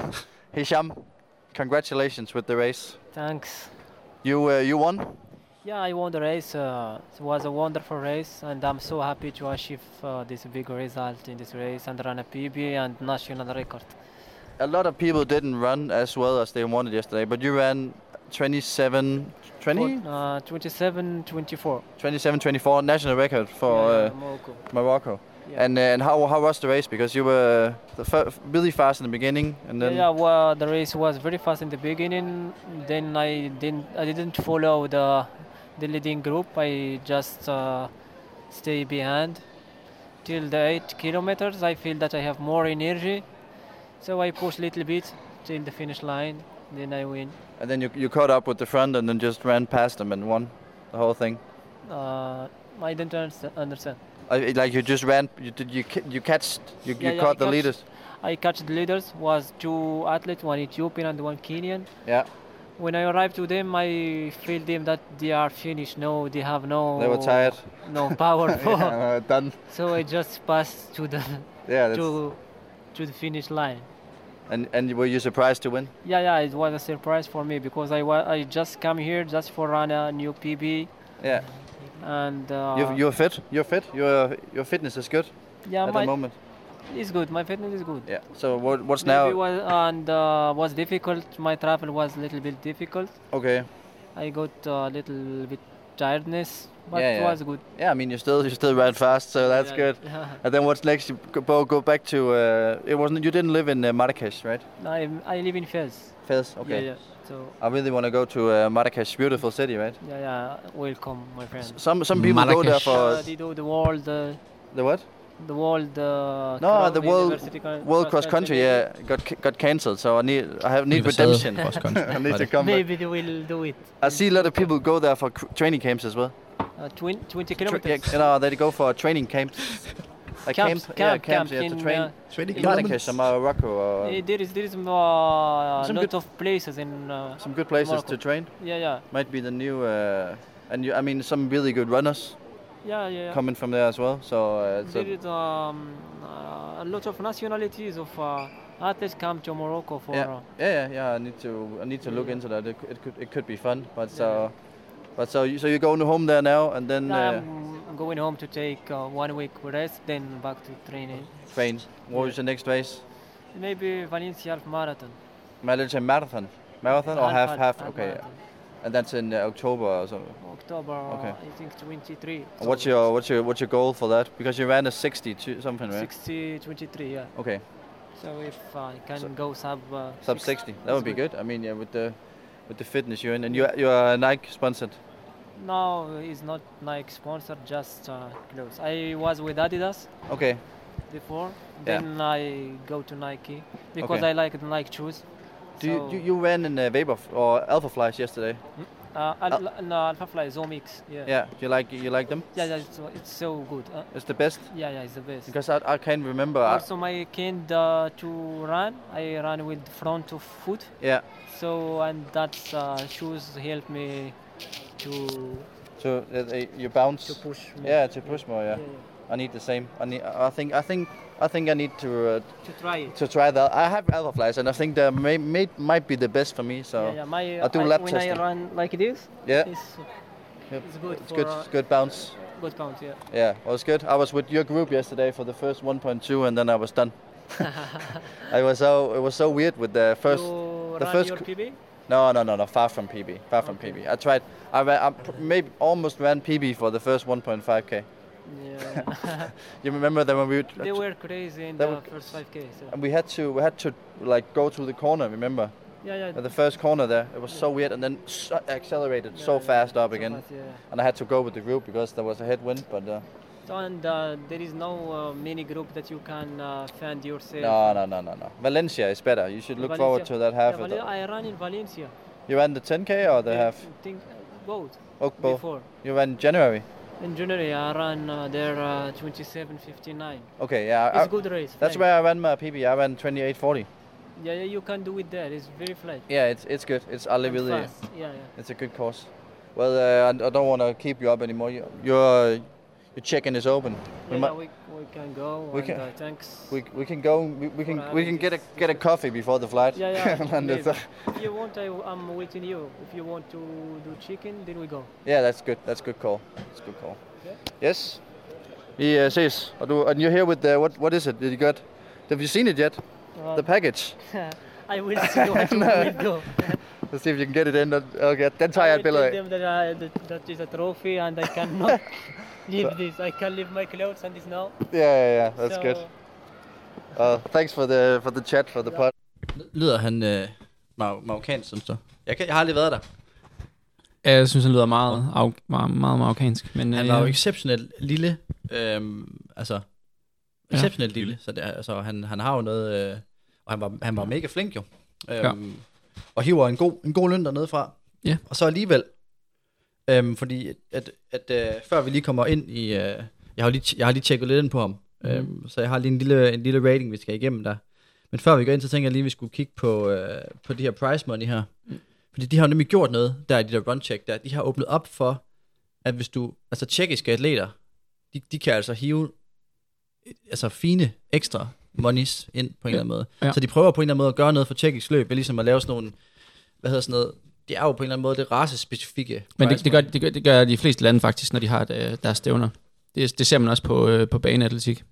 Hisham, congratulations with the race.
Thanks.
You uh, you won.
Yeah, I won the race. Uh, it was a wonderful race, and I'm so happy to achieve uh, this big result in this race and run a PB and national record.
A lot of people didn't run as well as they wanted yesterday, but you ran 27 20
Uh, 27 24.
27 24 national record for
yeah,
uh,
Morocco.
Morocco.
Yeah.
And uh, and how how was the race because you were the fir- really fast in the beginning and
Yeah,
then
yeah, well, the race was very fast in the beginning. Then I didn't, I didn't follow the, the leading group. I just uh, stay behind till the eight kilometers. I feel that I have more energy, so I push little bit till the finish line. Then I win.
and then you you caught up with the front and then just ran past them and won the whole thing.
Uh, I didn't understa- understand.
I, like you just ran, you did you ca- you catched, you,
Yeah,
you
yeah, I
caught the
catch.
leaders.
I catch the leaders was two athletes, one Ethiopian and one Kenyan.
Yeah,
When I arrived to them, I feel them that they are finished. No, they have no.
they were tired.
No power. for.
Yeah, uh, done.
So I just passed to the
Yeah, that's,
to to the finish line.
and and were you surprised to win?
Yeah, yeah, it was a surprise for me because I wa- I just come here just for run a new PB
Yeah,
and uh,
you you're fit. You're fit. Your your fitness is good
yeah,
at
my
the moment.
it's good. My fitness is good.
Yeah. So what what's
Maybe
now?
was and uh, was difficult. My travel was a little bit difficult.
Okay.
I got a little bit tiredness, but
Yeah,
it
yeah.
was good.
Yeah, I mean you still you still ran fast, so that's
Yeah,
good.
yeah.
And then what's next? You go- go go back to uh, it wasn't you didn't live in uh, Marrakesh, right?
I I live in Fez.
Fez. Okay.
Yeah, yeah. So
I really want to go to uh, Marrakesh, beautiful city, right?
yeah, yeah. Welcome, my friend.
Some some people go there
Marrakesh.
Uh,
for
they do the world. Uh,
the what?
the world uh,
No,
crown
the world
university con-
World cross country, yeah, got ca- got cancelled, so I need I have need redemption. I need to come. Back.
maybe they will do it
I see a lot of people go there for cr- training camps as well.
uh, twin, 20
Tra-
kilometers
yeah, you know, they go for training camps. Like camps, camp, yeah, camps. You have to train.
uh,
in Marrakesh or Morocco, or
eh, there is there is uh, a
Some
lot
good-
of places in uh,
some good places
Morocco.
to train.
yeah yeah
Might be the new. Uh, and you, I mean, some really good runners
yeah yeah, yeah.
coming from there as well. So uh, it's
there
a,
is um, uh, a lot of nationalities of uh, athletes come to Morocco for
yeah,
uh,
yeah, yeah, yeah. I need to I need to look into that. It, c- it could it could be fun, but
Yeah, yeah.
so. But so you so you're going home there now and then uh,
I'm going home to take uh, one week rest then back to training
train. What was the next race?
maybe Valencia half marathon
Malaysia marathon, marathon or half half. Okay, yeah.
marathon.
and that's in uh, October or something.
October
Okay.
I think 23
And What's your what's your what's your goal for that? Because you ran a 60 to something, right?
60 23 yeah
Okay,
so if I can
So-
go sub uh,
sub
six-
60. That
that's
would be good. I mean, yeah, with the with the fitness you're in, and you you are Nike sponsored.
no it's not Nike sponsored just uh, clothes I was with Adidas
Okay,
before Then I go to Nike because
Okay.
I like the Nike shoes.
Do you,
So,
you, you ran in uh, Vapor f- or Alpha Flies yesterday?
uh, Al- no, Alpha Fly Zomix. Yeah.
Yeah. Do you like you like them?
Yeah, yeah, it's, it's so good. Uh,
It's the best
yeah, yeah, it's the best.
because I, I can't remember. I-
Also, my kind uh, to run, I run with front of foot.
yeah.
So, and that's uh, shoes help me to
So uh, they- you
to
bounce.
push more.
Yeah, to push more. Yeah. I need the same. I need. I think. I think. I think I need to uh,
To try it.
to try the. I have Alpha Flies and I think they may, may might be the best for me. So
yeah, yeah, my,
I
uh,
do lap
when
testing.
I run like this,
Yeah,
it's,
Yep.
it's good
it's
for
good.
uh,
It's good bounce.
good count, yeah.
Yeah, it was good. I was with your group yesterday for the first 1.2, and then I was done. I was so it was so weird with the first.
you
the
run
first
your
cr-
PB?
No, no, no, no. Far from PB. Far from PB. I tried. I, ran, I pr- maybe almost ran PB for the first 1.5k.
Yeah.
You remember that when we would-
they were crazy in
They
the
were c-
first 5K. So.
and we had to we had to like go to the corner. Remember
Yeah, yeah.
at the first corner there, it was so weird, and then s- accelerated
yeah,
so
yeah,
fast up
so
again,
fast, yeah.
and I had to go with the group because there was a headwind. But uh,
So, and uh, there is no uh, mini group that you can uh, find yourself.
no, no, no, no, no. Valencia is better. You should look forward
Valencia.
to that
Yeah,
half. of
Valen-
the,
I ran in Valencia.
You ran the 10k or the
Yeah,
half?
I think uh, both
Oh, both.
before.
You ran January.
In January, I ran uh, there uh, 27.59.
Okay, yeah.
It's
I-
a good race.
Uh, that's
flat.
where I ran my PB. I ran 28:40.
Yeah, yeah, you can do it there. It's very flat.
Yeah, it's it's good. It's Ali
and
Villiers.
fast. Yeah, yeah.
It's a good course. Well, uh, I, I don't want to keep you up anymore. You, your your check-in is open. We
Yeah,
might-
yeah, we, we can go.
we
and,
can-
uh, thanks.
We, we can go. We, we can
Well, I
we can
mean,
get a
it's-
get a coffee before the flight.
yeah, yeah.
And it's-
maybe. if you want, I, I'm waiting you. If you want to do chicken, then we go.
yeah, that's good. That's good call. That's good call. Yes. Vi uh, ses. Og du and you're here with the what what is it? Did you got? Have you seen it yet?
Uh,
The package.
I will see what we go.
Let's see if you can get it in. Okay, den tager jeg
I
et
will
billede
tell
af.
them that, I, that that is a trophy and I cannot leave this. I can leave my clothes and this now.
Yeah, yeah, yeah. That's
so,
good. Uh, thanks for the for the chat for the pod.
Lyder han øh, mar- marokkansk, synes du? Jeg, kan, jeg har aldrig været der.
Ja, jeg synes, han lyder meget, af, meget, meget marokkansk. Men,
Han
øh,
var jo exceptionelt lille, øhm, altså, exceptionelt lille, så det, er- altså, han, han har jo noget, øh, og han var, han var mega flink jo, øhm, ja. og hiver en god, en god løn dernede fra,
Ja.
og så alligevel, øhm, fordi at, at øh, før vi lige kommer ind i, øh, jeg har jo lige, tj- jeg har lige tjekket lidt ind på ham, øhm, så jeg har lige en lille, en lille rating, vi skal igennem der, men før vi går ind, så tænker jeg lige, at vi skulle kigge på, øh, på de her prize money her, fordi de har jo nemlig gjort noget, der i de der run check der, de har åbnet op for, at hvis du, altså tjekkiske atleter, de, de kan altså hive øh, altså fine ekstra monies ind på en eller anden måde.
Ja.
Ja. Så de prøver på en eller anden måde at gøre noget for tjekkisk løb, ved ligesom at lave sådan nogle, hvad hedder sådan noget, de er jo på en eller anden måde det racespecifikke.
Men det,
prize
det, gør,
money.
det, gør, det gør de fleste lande faktisk, når de har øh, deres stævner. Det, det ser man også på, øh, på baneatletik.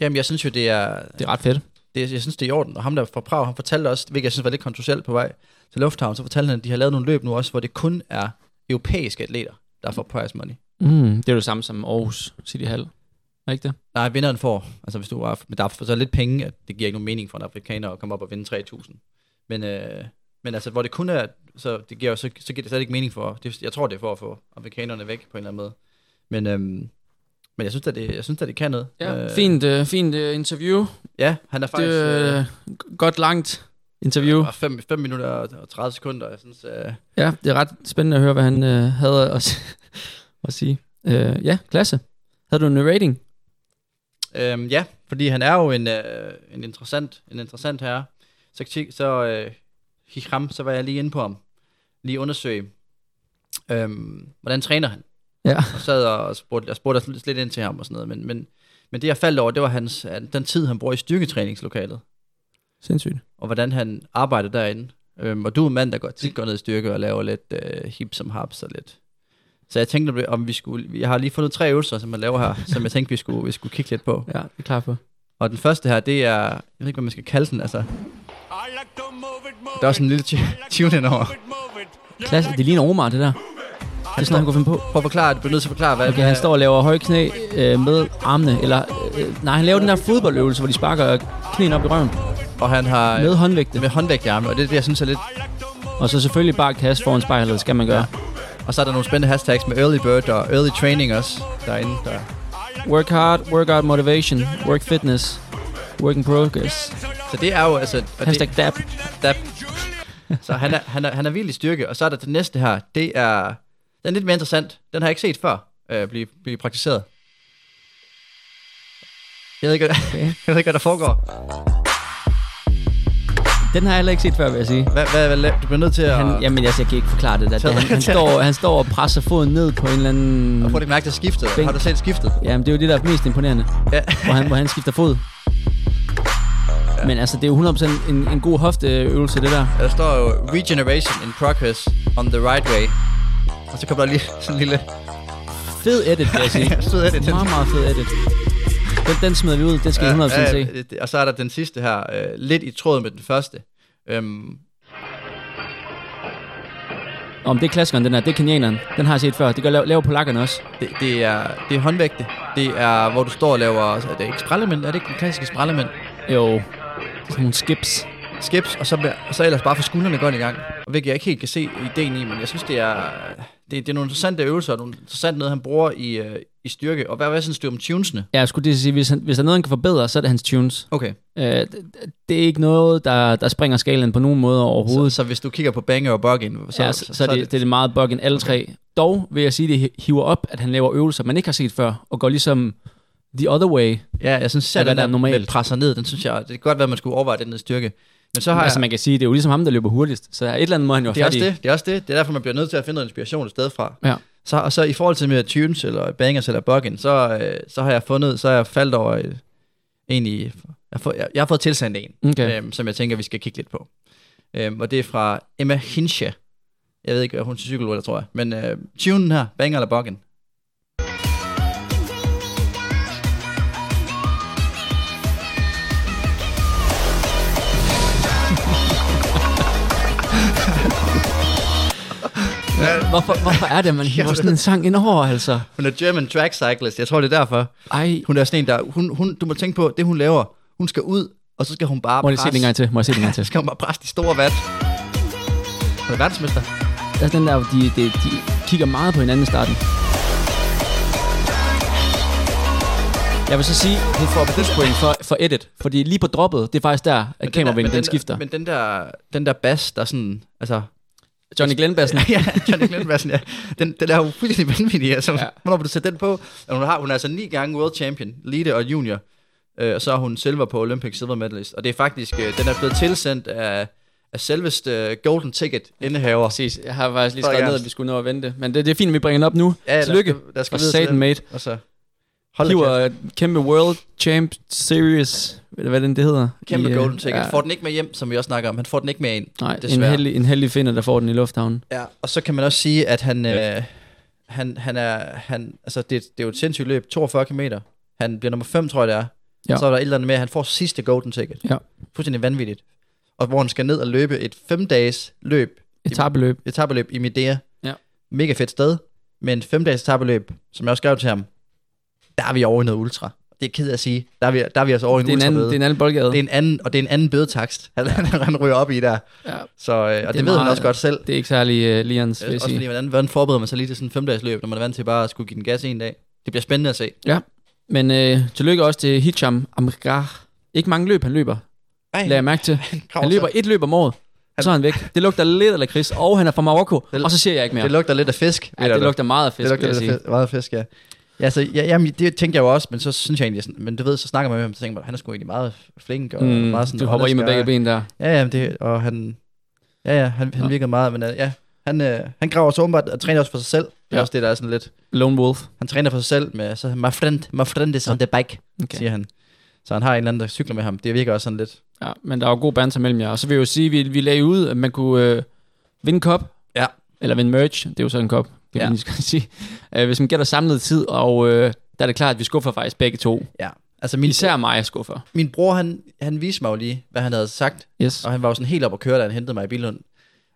Jamen jeg synes jo, det er,
Det er ret fedt.
det, jeg synes, det er i orden. Og ham der fra Prag, han fortalte også, hvilket jeg synes var lidt kontroversielt på vej til Lufthavn, så fortalte han, at de har lavet nogle løb nu også, hvor det kun er europæiske atleter, der får prize money.
Mm. Det er jo det samme som Aarhus City Hall. Er ikke det?
Nej, vinderen får, altså hvis du er, men der er så lidt penge, at det giver ikke nogen mening for en afrikaner at komme op og vinde 3.000. Men, øh, men altså, hvor det kun er, så, det giver, jo- så, så giver det slet ikke mening for, det, jeg tror det er for at få afrikanerne væk på en eller anden måde. Men, øhm, men jeg synes at det, jeg synes at det kan noget.
Ja. Øh, fint øh, fint øh, interview.
Ja, han er faktisk
det,
det,
øh, g- godt langt interview.
5, 5 minutter og 30 sekunder, jeg synes, øh,
Ja, det er ret spændende at høre, hvad han øh, havde at, s- at sige. Øh, ja, klasse. Havde du en rating?
Øhm, ja, fordi han er jo en, øh, en interessant, en interessant herre. Så, kig- så øh, Hikram, så var jeg lige inde på ham. Lige undersøge, øhm, hvordan træner han?
Ja.
Og sad og spurgte, jeg spurgte også lidt ind til ham og sådan noget. Men, men, men det jeg faldt over, det var hans, at den tid, han bruger i styrketræningslokalet.
Sindssygt.
Og hvordan han arbejder derinde. Øhm, og du er en mand, der går, tit går ned i styrke og laver lidt øh, hip som haps og lidt. Så jeg tænkte, om vi- om vi skulle... Jeg har lige fundet tre øvelser, som man laver her, som jeg tænkte, vi skulle, vi skulle kigge lidt på.
Ja, det er klar på.
Og den første her, det er... Jeg ved ikke, hvad man skal kalde den, altså. Der er sådan en lille tu- tune indover.
Klasse, det ligner Omar, det der. Det er sådan, han kunne finde på.
Prøv at forklare, du bliver nødt til at forklare, hvad
Okay, han står og laver høje knæ øh, med armene, eller... Øh, nej, han laver den der fodboldøvelse, hvor de sparker knæen op i røven
Og han har
med håndvægte.
med håndvægt i armen, og det er det, jeg synes er lidt...
Og så selvfølgelig bare kaste foran spejlet, skal man gøre.
Og så er der nogle spændende hashtags med early bird og early training også derinde. Der.
Work hard, work out motivation, work fitness. Work in progress.
Så det er jo altså... og det,
Hashtag dab.
der, så han er, han, er, han er vild i styrke, og så er der det næste her, det er, den er lidt mere interessant. Den har jeg ikke set før øh, blive, blive praktiseret. Jeg ved, ikke, hvad, jeg ved ikke, hvad der foregår.
Den har jeg heller ikke set før, vil jeg sige.
Hvad, hvad, hvad, la- du bliver nødt til at...
Han, jamen, altså, jeg, jeg kan ikke forklare det. Der. Det- Han, han, står, han står og presser foden ned på en eller anden...
Prøv at mærke, der skiftet.
Bænk.
Har du selv skiftet?
Jamen, det er jo det, der er mest imponerende.
Ja.
Hvor han, hvor han skifter fod. Ja. Men altså, det er jo 100% en, en god hofteøvelse, det der.
ja, der står jo Regeneration in progress on the right way. Og så kommer der lige sådan en lille...
Fed edit, vil jeg sige.
Fed edit, den-
Meget, meget fed edit. Den, den smider vi ud. Den skal I 100% se.
det- og så er der den sidste her, øh, lidt i tråd med den første. Øhm,
Om det er klaskeren, den her. Det er kenianeren. Den har jeg set før. Det gør laver polakkerne også.
Det, det, er, det er håndvægte. Det er, hvor du står og laver... Er det ikke sprællemænd? Er det ikke den klassiske sprællemænd?
Jo. Det er sådan nogle skips.
Skips, og så, med- og så ellers bare for skuldrene godt i gang. Og hvilket jeg ikke helt kan se ideen i, men jeg synes, det er... Det, det er nogle interessante øvelser, og nogle interessante noget, han bruger i, øh, i styrke. Og hvad, hvad synes du om tunesene?
Ja, jeg skulle lige sige, hvis, han, hvis der er noget, han kan forbedre, så er det hans tunes.
Okay,
Øh, det, det er ikke noget, der, der springer skalaen på nogen måde overhovedet.
så, så hvis du kigger på Banger og Buggin,
Så,
så,
ja, så, så, så er det, det, det er meget bug alle okay. tre. Dog vil jeg sige, det hi- hiver op, at han laver øvelser, man ikke har set før, og går ligesom the other way.
Ja, jeg synes
Eller
selv, at
hvad
den
der
der
er normalt.
normalt. presser ned, den synes jeg... Det kan godt være, at man skulle overveje den der styrke. Men så har
altså
jeg,
man kan sige, det er jo ligesom ham, der løber hurtigst, så et eller andet må han jo
det er
have fat
også
i.
det, det er også det. Det er derfor, man bliver nødt til at finde noget inspiration et sted fra.
Ja.
Så, og så i forhold til med tunes, eller bangers, eller bugging, så, øh, så har jeg fundet, så har jeg faldt over et, egentlig, jeg, har fået- jeg, jeg har fået tilsendt en,
Okay.
øhm, som jeg tænker, vi skal kigge lidt på. Øhm, og det er fra Emma Hinsche. Jeg ved ikke, hun er psykolog, der tror jeg. Men øh, tunen her, banger eller bugging.
Hvorfor, hvorfor er det, at man hiver sådan en sang ind over, altså?
Hun er German track cyclist, jeg tror, det er derfor.
Ej,
Hun er sådan en, der, hun, hun, du må tænke på, det hun laver, hun skal ud, og så skal hun bare
må jeg lige se den en gang til? Må jeg se den en gang til?
Så skal hun bare presse de store vat. Hun er verdensmester.
Altså den der, hvor de, de, de kigger meget på hinanden i starten. Jeg vil så sige, at hun får pluspoint for, for edit, fordi lige på droppet, det er faktisk der, at
der-
kameravinden den,
der-
skifter.
Men den der, den der bas, der sådan, altså...
Johnny Glenbassen,
ja, Johnny Glenn-bassen, ja. Den, den er jo fuldstændig vanvittig. Altså,
Ja.
ja. Hvornår vil du sætte den på? Og hun, har, hun er altså ni gange world champion, elite og junior. Øh, og så er hun silver på Olympic silver medalist. Og det er faktisk, øh, den er blevet tilsendt af, af selveste øh, golden ticket indehaver.
Præcis. Jeg har faktisk lige
Frederik
skrevet ned,
Ernst.
at vi skulle nå at vente. Men det, det er fint, at vi bringer den op nu. Ja,
lad-
Tillykke.
lad os gå
og
videre til
Satan
den.
Mate.
Og så,
Hold
hold da
Hiver
kæft.
et kæmpe World Champ Series, ved du, hvad den det hedder?
Kæmpe
I, øh,
golden ticket. Får den ikke med hjem, som vi også snakker om. Han får den ikke med ind.
Nej, en
desværre.
heldig, en heldig finder, der får den i lufthavnen.
Ja, og så kan man også sige, at han, øh, han, han er, han, altså det, det er jo et sindssygt løb, 42 km. Han bliver nummer 5, tror jeg det er.
Ja.
Ja. Så er der et eller andet med, at han får sidste golden ticket.
Ja.
Fuldstændig vanvittigt. Og hvor han skal ned og løbe et 5 dages løb,
Etabeløb.
etabeløb i Medea.
Ja.
Mega fedt sted. Men 5 dages etabeløb, som jeg også skrev til ham, der er vi over i noget ultra. Det er jeg ked af at sige. Der er vi, der er vi altså over i en
Det er en anden,
ultrabøde.
det er en anden boldgade.
det er en anden, og det er en anden bødetakst, han, han ryger op i der.
Ja.
Så, øh, og det, det ved
meget-
han også godt selv.
Det er ikke særlig uh, Lians, vil
Øh,
jeg
Også fordi,
sige.
hvordan, hvordan forbereder man sig lige til sådan en femdagesløb, når man er vant til bare at skulle give den gas en dag? Det bliver spændende at se.
Men øh, tillykke også til Hicham Amgar. Ikke mange løb, han løber.
Ej,
Lad jeg mærke til. Han løber et løb om året. Så er han væk. Det lugter lidt af lakrids, og han er fra Marokko.
Det-
Og så ser jeg ikke mere.
Det lugter lidt af fisk.
Ja, det lugter meget af fisk,
det lugter
vil jeg
lidt
sige.
af fisk, meget af fisk, ja. Ja, så, ja, jamen, det tænkte jeg jo også, men så synes jeg egentlig, sådan, men du ved, så snakker man med ham, så tænker man, han er sgu egentlig meget flink og
Mm,
meget sådan...
du hopper i med begge
hollandsk,
ben der.
og- Ja, ja, men det, og han, ja, ja, han, han
Nå.
virkede meget, men øh, ja, han, øh, han graver så åbenbart og træner også for sig selv. Det er
Ja.
også det, der er sådan lidt...
Lone Wolf.
Han træner for sig selv med, så my friend, my friend is on the bike,
Okay.
okay. siger han. Så han har en eller anden, der cykler med ham. Det virker også sådan lidt...
Ja, men der er jo god banter mellem jer. Og så vil jeg jo sige, at vi, vi lagde ud, at man kunne øh, vinde en kop.
Ja.
Eller vinde merch. Det er jo så en kop, det
Ja.
ja. jeg skal sige. Øh, hvis man gætter samlet tid, og øh, der er det klart, at vi skuffer faktisk begge to.
Ja. Altså min,
Især mig jeg skuffer.
min bror, han, han viste mig jo lige, hvad han havde sagt,
Yes.
og han var jo sådan helt op at køre, da han hentede mig i Billund.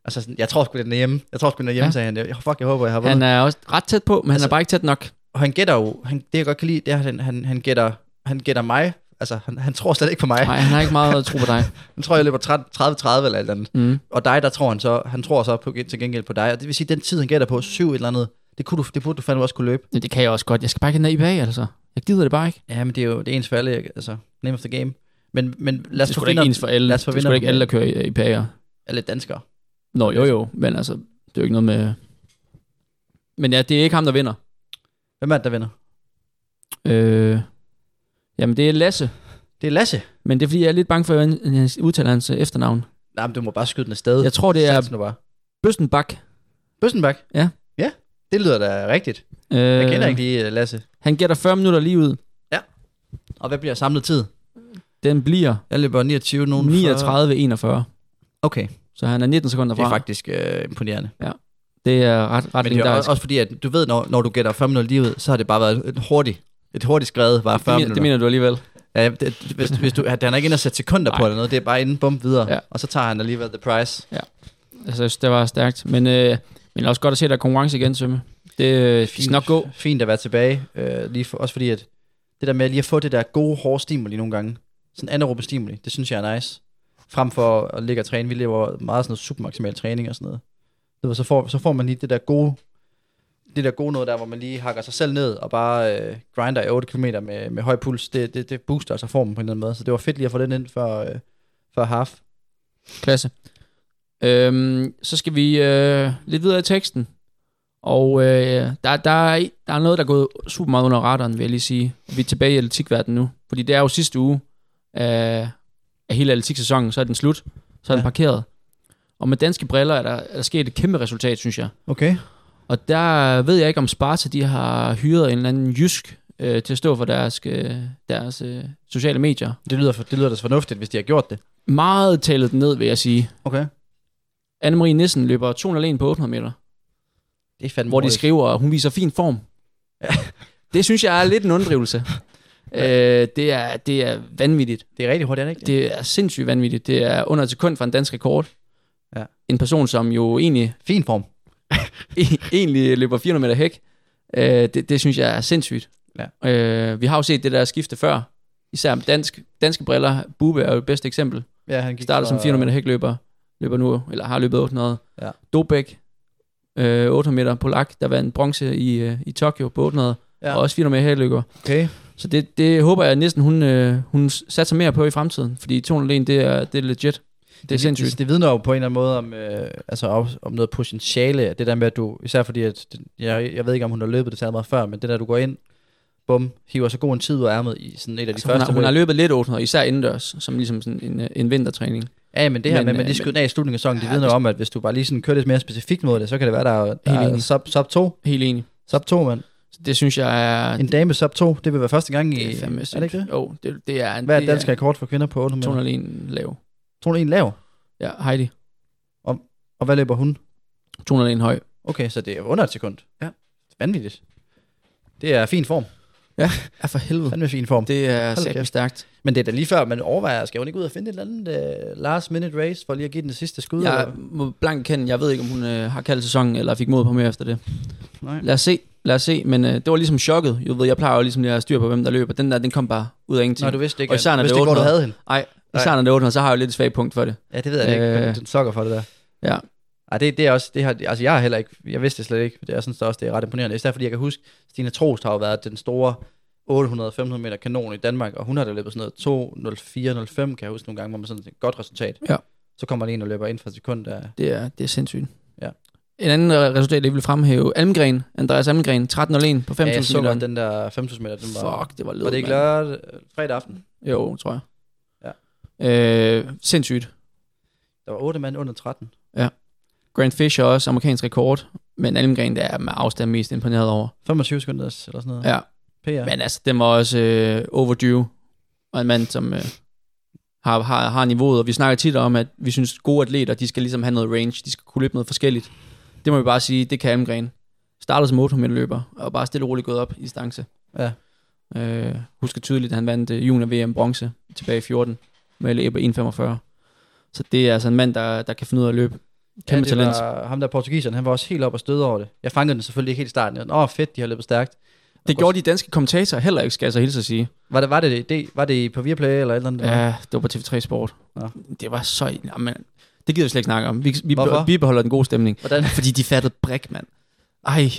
Og så sådan, jeg tror sgu, den er hjemme. Jeg tror sgu, den er hjemme,
Ja.
ja. sagde han. Jeg, fuck, jeg håber, jeg har vundet.
Han er også ret tæt på, men altså, han
Altså-
er bare ikke tæt nok.
Og han gætter jo, han, det jeg godt kan lide, det er, at han, han, han, gætter, han gætter mig. Altså, han, han tror slet ikke på mig.
Nej, han har ikke meget tro på dig.
Han tror, jeg løber 30-30 eller et eller andet.
Mm.
Og dig, der tror han så, han tror så på, til gengæld på dig. Og det vil sige, den tid, han gætter på, syv et eller andet, det, kunne du, det burde du fandme også kunne løbe.
Men det kan jeg også godt. Jeg skal bare ikke ned i bag, altså. Jeg gider det bare ikke.
Ja, men det er jo det er ens for alle, ikke? altså, name of the game. Men, men lad
Det
os
er
få
sgu da ikke ens for alle.
Lad
Det
os få
er sgu da
vinder-
ikke alle, der kører i- i PA'er.
alle danskere.
Nå, jo jo, men altså, det er jo ikke noget med... Men ja, det er ikke ham, der vinder.
Hvem er det, der vinder?
Øh, jamen, det er Lasse.
Det er Lasse.
Men det er, fordi jeg er lidt bange for, at jeg udtaler hans øh, efternavn.
Nej, men du må bare skyde den afsted.
Jeg tror, det er-
Sats nu bare.
Bøstenbak.
Bøssenbak?
Ja.
Ja, det lyder da rigtigt.
Øh,
Jeg kender ikke lige øh, Lasse.
Han gætter 40 minutter lige ud.
Og hvad bliver samlet tid?
Den bliver
Jeg løber 29, nogen
39-41.
Okay,
Så han er 19 sekunder
det
fra.
er faktisk øh, imponerende.
det er ret, ret
Men det er
legendarisk.
også, også fordi, at du ved, når, når du gætter 5 minutter lige ud, så har det bare været et hurtigt, et hurtigt skrevet, bare 40
Det, mener-
minutter.
det mener du alligevel.
Ja, det, hvis, hvis du, at han er ikke inde og sætte sekunder på
Nej.
eller noget, det er bare inden, bum, videre.
Ja.
Ja. Og så tager han alligevel the prize.
Altså, Jeg synes, det var stærkt. Men, øh, men også godt at se, at der er konkurrence igen, Sømme. Det øh, skal nok gå.
Fint at være tilbage, øh, lige for, også fordi, at det der med lige at få det der gode, hårde stimuli nogle gange, sådan anaerobe stimuli, det synes jeg er nice. Frem for at ligge og træne, vi lever meget sådan noget supermaksimal træning og sådan noget. Du ved, Så får, så får man lige det der gode, det der gode noget der, hvor man lige hakker sig selv ned og bare øh, grinder i 8 km med, med høj puls, det, det, det booster altså formen på en eller anden måde. Så det var fedt lige at få den ind før, øh, før half.
Klasse. Øhm, så skal vi øh, lidt videre i teksten. Og øh, der, der, er, der er noget, der er gået super meget under radaren, vil jeg lige sige. Vi er tilbage i atletikverdenen nu. Fordi det er jo sidste uge af, af hele atletiksæsonen, så er den slut. Så er den
Ja.
parkeret. Og med danske briller er der, er der sket et kæmpe resultat, synes jeg.
Okay.
Og der ved jeg ikke, om Sparta de har hyret en eller anden jysk øh, til at stå for deres, øh, deres øh, sociale medier.
Det lyder, for, det lyder da så fornuftigt, hvis de har gjort det.
Meget talet den ned, vil jeg sige.
Okay.
Anne-Marie Nissen løber 201 på 800 meter,
Det er fandme
hvor de
hurtigt.
skriver, at hun viser fin form. det synes jeg er lidt en unddrivelse. øh, det, er, det er vanvittigt.
Det er rigtig hurtigt, er det ikke?
Det er sindssygt vanvittigt. Det er under et sekund fra en dansk rekord.
Ja.
En person, som jo egentlig
Fin form.
e- egentlig løber 400 meter hæk. Øh, det, det synes jeg er sindssygt. Ja. Øh, vi har jo set det der skifte før, især med dansk, danske briller. Bube er jo et bedste eksempel.
Ja, han gik
Starter som 400 meter hækløber, løber nu, eller har løbet 800.
Ja.
Dobæk, øh, 800 meter polak, der vandt bronze i, øh, i Tokyo på 800, ja.
Ja.
og også 400 meter hækløber.
Okay.
Så det, det håber jeg næsten, hun, øh, hun satser mere på i fremtiden, fordi 201, det er, det er legit. Det er sindssygt.
Det, det vidner jo på en eller anden måde om, øh, altså om, om noget potentiale. Det der med, at du, især fordi, at det, jeg, jeg ved ikke, om hun har løbet det særlig meget før, men det der, du går ind, bum, hiver så god en tid ud af ærmet i sådan et af de
Altså, hun,
første
har, hun
løb.
har løbet lidt 800, især indendørs, som ligesom sådan en, øh, en vintertræning.
Ja, men det her
Men,
men, med, at man
øh,
lige
men-
skyder den af i slutningen af sæsonen, ja, det vidner jo om, at hvis du bare lige sådan kører lidt mere specifikt mod det, så kan det være, der, er- der er
enig.
sub, sub 2.
Helt enig.
Sub 2, mand.
Så det synes jeg er...
En dame sub 2, det vil være første gang i...
det er, fandme
er det ikke det?
Jo, det, det er...
Hvad er
det
dansk rekord for kvinder på 800 meter?
201 lav.
201 lav.
Ja, Heidi.
Og hvad løber hun?
201 høj.
Okay, så det er under et sekund. Ja. Vanvittigt. Det er fin form.
Ja, for helvede.
Fandme fin form. Det.
Det er
Hold
sæt
kæft.
stærkt.
Men det er da lige før, man overvejer, skal hun ikke ud og finde et eller andet uh, last minute race, for lige at give den det sidste skud?
Jeg
eller?
må blankt kende, jeg ved ikke, om hun øh, har kaldt sæsonen, eller fik mod på mere efter det.
Nej.
Lad os se, lad os se. Men øh, det var ligesom chokket. Jeg, ved, jeg plejer jo ligesom lige at have styr på, hvem der løber. Den der, den kom bare ud af ingenting.
Nå, du vidste ikke,
Og især, når
du
det
vidste ikke hvor du
åbner.
havde hende.
Ej,
Nej.
især når det åbner, så har jeg jo lidt et svagt punkt for det.
Ja, det ved jeg da ikke,
Øh.
men den sukker for det der.
Ja.
Ej, det, det er også, det har, altså jeg har heller ikke, jeg vidste det slet ikke, det er sådan også, det er ret imponerende. Især fordi jeg kan huske, Stine Trost har jo været den store 800-500 meter kanon i Danmark, og hun har da løbet sådan noget 2.04.05, kan jeg huske nogle gange, hvor man sådan et godt resultat.
Ja.
Så kommer der en og løber ind for et sekund, der
Det er, det er sindssygt.
Ja.
En anden øh, resultat, jeg vil fremhæve, Almgren, Andreas Almgren, 13.01 på 5.000
Ja, jeg så
meter.
godt den der 5.000 meter, den var...
Fuck, det var lød,
Var det ikke
mand.
lørdag, fredag aften?
Jo, tror jeg. Ja. Øh, sindssygt.
Der var 8 mand under 13.
Grant Fisher er også amerikansk rekord, men Almgren der er med afstand mest imponeret over.
25 sekunder eller sådan noget.
Ja.
PR.
Men altså, den var også øh, overdue, og en mand, som øh, har, har, har niveauet, og vi snakker tit om, at vi synes, gode atleter, de skal ligesom have noget range, de skal kunne løbe noget forskelligt. Det må vi bare sige, det kan Almgren. Startede som 800 meter løber, og bare stille og roligt gået op i distance.
Ja.
Øh, husker tydeligt, at han vandt øh, junior VM bronze tilbage i 14 med Ebbe 1,45. Så det er altså en mand, der, der kan finde ud af at løbe. Kæmpe
ja,
ja,
det
talent.
Var, ham der portugiseren, han var også helt op og støde over det. Jeg fangede den selvfølgelig ikke helt i starten. Jeg var, Åh, fedt, de har løbet stærkt.
Det gjorde de danske kommentatorer heller ikke, skal jeg så hilse at sige.
Var det, var det, det, var det på Viaplay eller et eller andet?
Ja, det var på TV3 Sport.
Nå.
Det var så... Jamen, det gider vi slet ikke snakke om. Vi, vi,
Hvorfor?
vi beholder den gode stemning.
Hvordan?
Fordi de fattede brik, mand. Ej,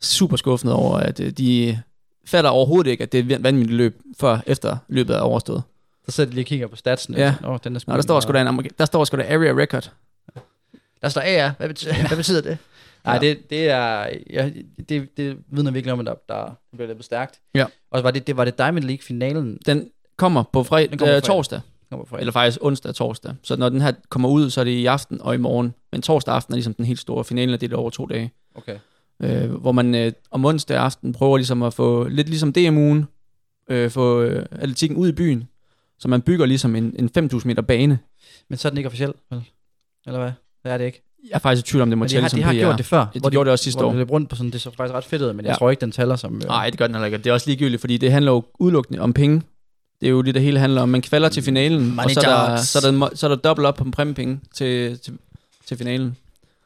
super skuffende over, at øh, de fatter overhovedet ikke, at det er et vanvittigt løb, før efter løbet er overstået.
Så sidder de lige og kigger på statsene.
Ja.
Åh, den er
Nå, der står sgu da en amerika- der står sgu da area record.
Der står AR. Hvad betyder, hvad betyder det? Nej,
Ja.
det, det er... Ja, det, det vidner virkelig om, at der, der bliver løbet stærkt.
Ja.
Og var det, det, var det Diamond League-finalen,
Den kommer på fredag,
Den kommer
øh,
fredag.
torsdag,
kommer fra?
eller faktisk onsdag og torsdag. Så når den her kommer ud, så er det i aften og i morgen. Men torsdag aften er ligesom den helt store finale, og det er over to dage.
Okay.
øh, hvor man øh, om onsdag aften prøver ligesom at få, lidt ligesom DM-ugen, øh, få øh, atletikken ud i byen, så man bygger ligesom en, en 5.000 meter bane.
Men så er den ikke officiel, vel? Eller hvad? Det er det ikke.
Jeg er faktisk i tvivl om, det må
Men de
tælle
har,
som
de har
PR.
gjort det før.
Ja, de gjorde det også sidste
hvor
år.
de løb rundt på sådan, det så faktisk ret fedt ud, men jeg
Ja.
tror ikke, den tæller som... øh,
Nej, det gør den heller ikke. Det er også ligegyldigt, fordi det handler jo udelukkende om penge. Det er jo det, det hele handler om. Man kvalder til finalen,
Money
og så er, der,
talks.
så, er der, mo- så er der dobbelt op på præmiepenge til, til, til finalen.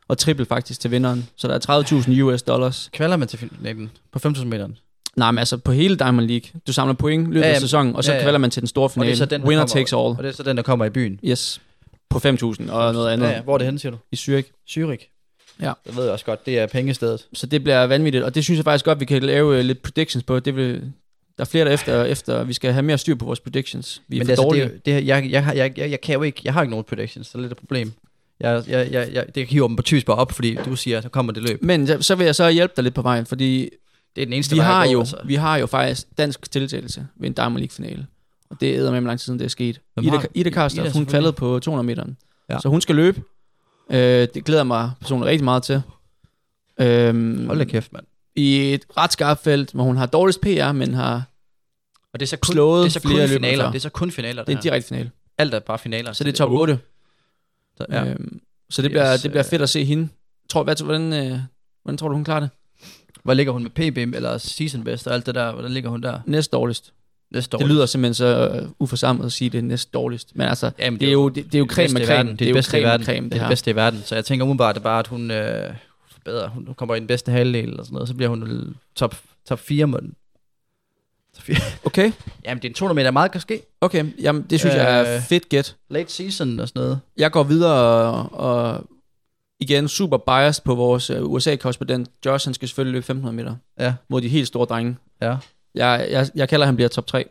Og triple faktisk til vinderen. Så der er 30.000 US dollars.
Kvalder man til finalen på 5.000 meter?
Nej, men altså på hele Diamond League. Du samler point i løbet
Ja,
af
ja.
sæsonen, og så
Ja, ja.
kvalder man til den store
Og
finale.
det er så den, der
Winner
kommer-
takes all.
Og det er så den, der kommer i byen.
Yes. På 5.000 og noget andet
Ja, ja. hvor er det henne, siger du?
i Zürich.
Zürich.
Ja.
Det ved jeg også godt, det er pengestedet.
Så det bliver vanvittigt, og det synes jeg faktisk godt, vi kan lave øh, lidt predictions på. Det vil, der er flere, der efter, efter, vi skal have mere styr på vores predictions. Vi er
Men
for
det,
dårlige.
altså, det, det, her- jeg, jeg, har- jeg, jeg, jeg, kan jo ikke, jeg har ikke nogen predictions, så det er lidt et problem. Jeg, jeg, jeg, jeg, det hiver dem på tysk bare op, fordi du siger, at der kommer det løb.
Men så- så vil jeg så hjælpe dig lidt på vejen, fordi
Det er den eneste
vi
vej at
har,
gå,
jo,
altså.
vi har jo faktisk dansk tiltagelse ved en Diamond League-finale. Og det æder med, lang tid siden det er sket.
Hvem
Ida,
har-
Ida
Ida,
Karstof, hun
selvfølgelig.
kvalede på 200 meteren.
Ja.
Ja. Så hun skal løbe. Øh, det glæder jeg mig personligt rigtig meget til. Øhm,
Hold da kæft, mand.
I et ret skarpt felt, hvor hun har dårligst PR, men har
Og det er så kun,
Slået
det er så
flere
kun
løb
finaler.
før.
Det er så kun finaler,
Det
altså. det,
er en
her.
direkte finale.
Alt er bare finaler.
Så det er top 8.
Så- Ja.
Ja. Øhm, så det bliver,
Yes,
det bliver
øh.
fedt at se hende. Tror, hvad, hvordan, øh, hvordan tror du, hun klarer det?
Hvor ligger hun med PBM eller season best og alt det der? Hvordan ligger hun der
Næst dårligst.
næste år?
Det lyder simpelthen så øh, uforsamlet at sige, det er næst dårligst. Men altså,
Jamen,
det er jo, det, det er jo creme med creme.
Det er det bedste i
creme med
verden.
creme,
det, er det
her.
bedste i verden. Så jeg tænker umiddelbart, at bare, at hun øh, forbedrer. Hun kommer i den bedste halvdel eller sådan noget. Så bliver hun vel top, top 4 måneden. Top 4.
Okay,
Jamen, det er en 200 meter. Meget kan ske.
okay. Jamen, det synes øh... jeg er
Øh.
fedt gæt.
Late season og sådan noget.
Jeg går videre og, og igen super biased på vores øh, USA-korrespondent. Josh, han skal selvfølgelig løbe 1500 meter
Ja.
mod de helt store drenge.
Ja.
Jeg, jeg, jeg kalder, at han bliver top 3.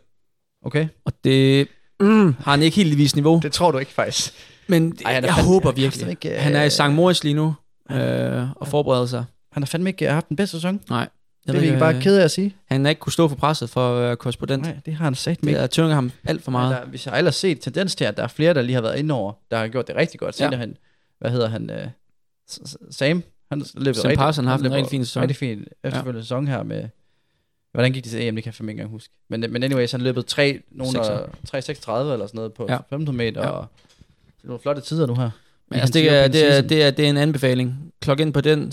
Okay.
Og det mm, har han ikke helt vist niveau.
Det tror du ikke, faktisk.
Men Ej,
han
jeg
er fandme-
håber
han er
virkelig.
ikke, øh,
han er i St. Moritz lige nu øh, og forbereder sig.
Han har fandme ikke øh, haft den bedste sæson.
Nej.
Det er vi ikke bare ked af at sige.
øh, Han har ikke kunne stå for presset for øh, korrespondent.
Nej, det har han sagt mig
Det
ikke.
er tynger ham alt for meget.
Der, vi har ellers set tendens til, at der er flere, der lige har været inde over, der har gjort det rigtig godt.
Ja.
Senere han, hvad hedder han, øh, S- S- Sam, han løb
Sam Parson har haft en rigtig fin sæson.
Rigtig fin efterfølgende ja. sæson her med, hvordan gik det til EM, det kan jeg fandme ikke engang huske. Men, men anyways, han løbet 3, nogen
Sekser.
3.36 eller sådan noget på
Ja.
ja. 15 meter,
Ja.
ja. og det er nogle flotte tider nu her.
Men altså,
hans
det, er,
European
det, er,
season.
det, er, det er en anbefaling. Klok ind på den,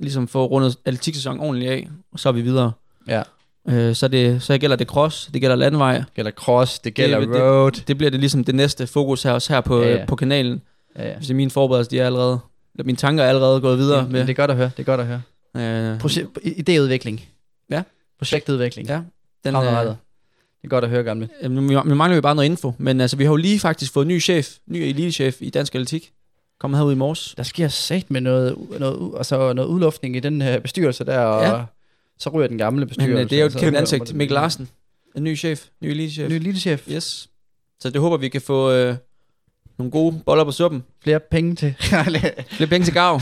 ligesom få rundet atletiksæsonen ordentligt af, og så er vi videre.
Ja.
Øh, så, det, så gælder det cross, det gælder landvej.
Det gælder cross, det gælder
det-
road. Det,
Det bliver det ligesom det næste fokus her, også her på,
Ja,
ja,
ja.
ja. på kanalen.
ja, ja.
Så mine forberedelser, de er allerede, eller mine tanker er allerede gået videre
Men,
med.
men det er godt at høre, det er godt at høre.
øh,
Proje- idéudvikling.
Ja.
Projektudvikling.
Ja, den,
Fremadrettet.
øh,
Det er godt at høre, gamle.
Jamen, Nu nu mangler vi bare noget info, men altså, vi har jo lige faktisk fået ny chef, ny elitechef i Dansk Atletik. Kommer herud i morges.
der sker sat med noget, noget, u- altså noget udluftning i den her bestyrelse der, og
Ja.
ja. så ryger den gamle bestyrelse.
Men øh, det er jo et
så-
kæmpe ansigt. Mikkel Larsen, en ny chef, ny elitechef.
Ny elitechef. Ja.
Yes. Så det håber vi kan få øh, nogle gode boller på suppen.
Flere penge til.
Lidt penge til gav.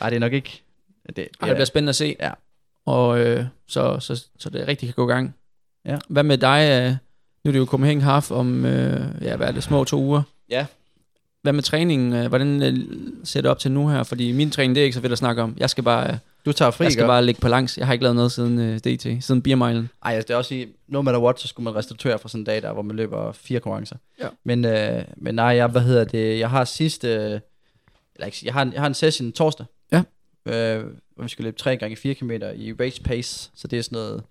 Nej, det er nok ikke. Det, det,
Ja. Det bliver spændende at se.
Ja.
Og øh, så, så, så det rigtig kan gå i gang.
Ja.
Hvad med dig? Øh, nu er det jo Copenhagen Half om, øh, ja, hvad er det, små to uger.
Ja.
Hvad med træningen? Øh, hvordan øh, ser det op til nu her? Fordi min træning, det er ikke så fedt at snakke om. Jeg skal bare, øh,
du tager fri,
jeg skal
ikke?
bare ligge på langs. Jeg har ikke lavet noget siden øh, DT, siden Biermejlen.
Ej, altså, det er også sige, no matter what, så skulle man restituere fra sådan en dag der, hvor man løber fire konkurrencer.
Ja.
Men, øh, men nej, jeg, hvad hedder det, jeg har sidste, øh, eller ikke, jeg har, en, jeg har en session torsdag.
Ja.
Øh, hvor vi skal løbe 3 gange 4 km i race pace, så det er sådan noget,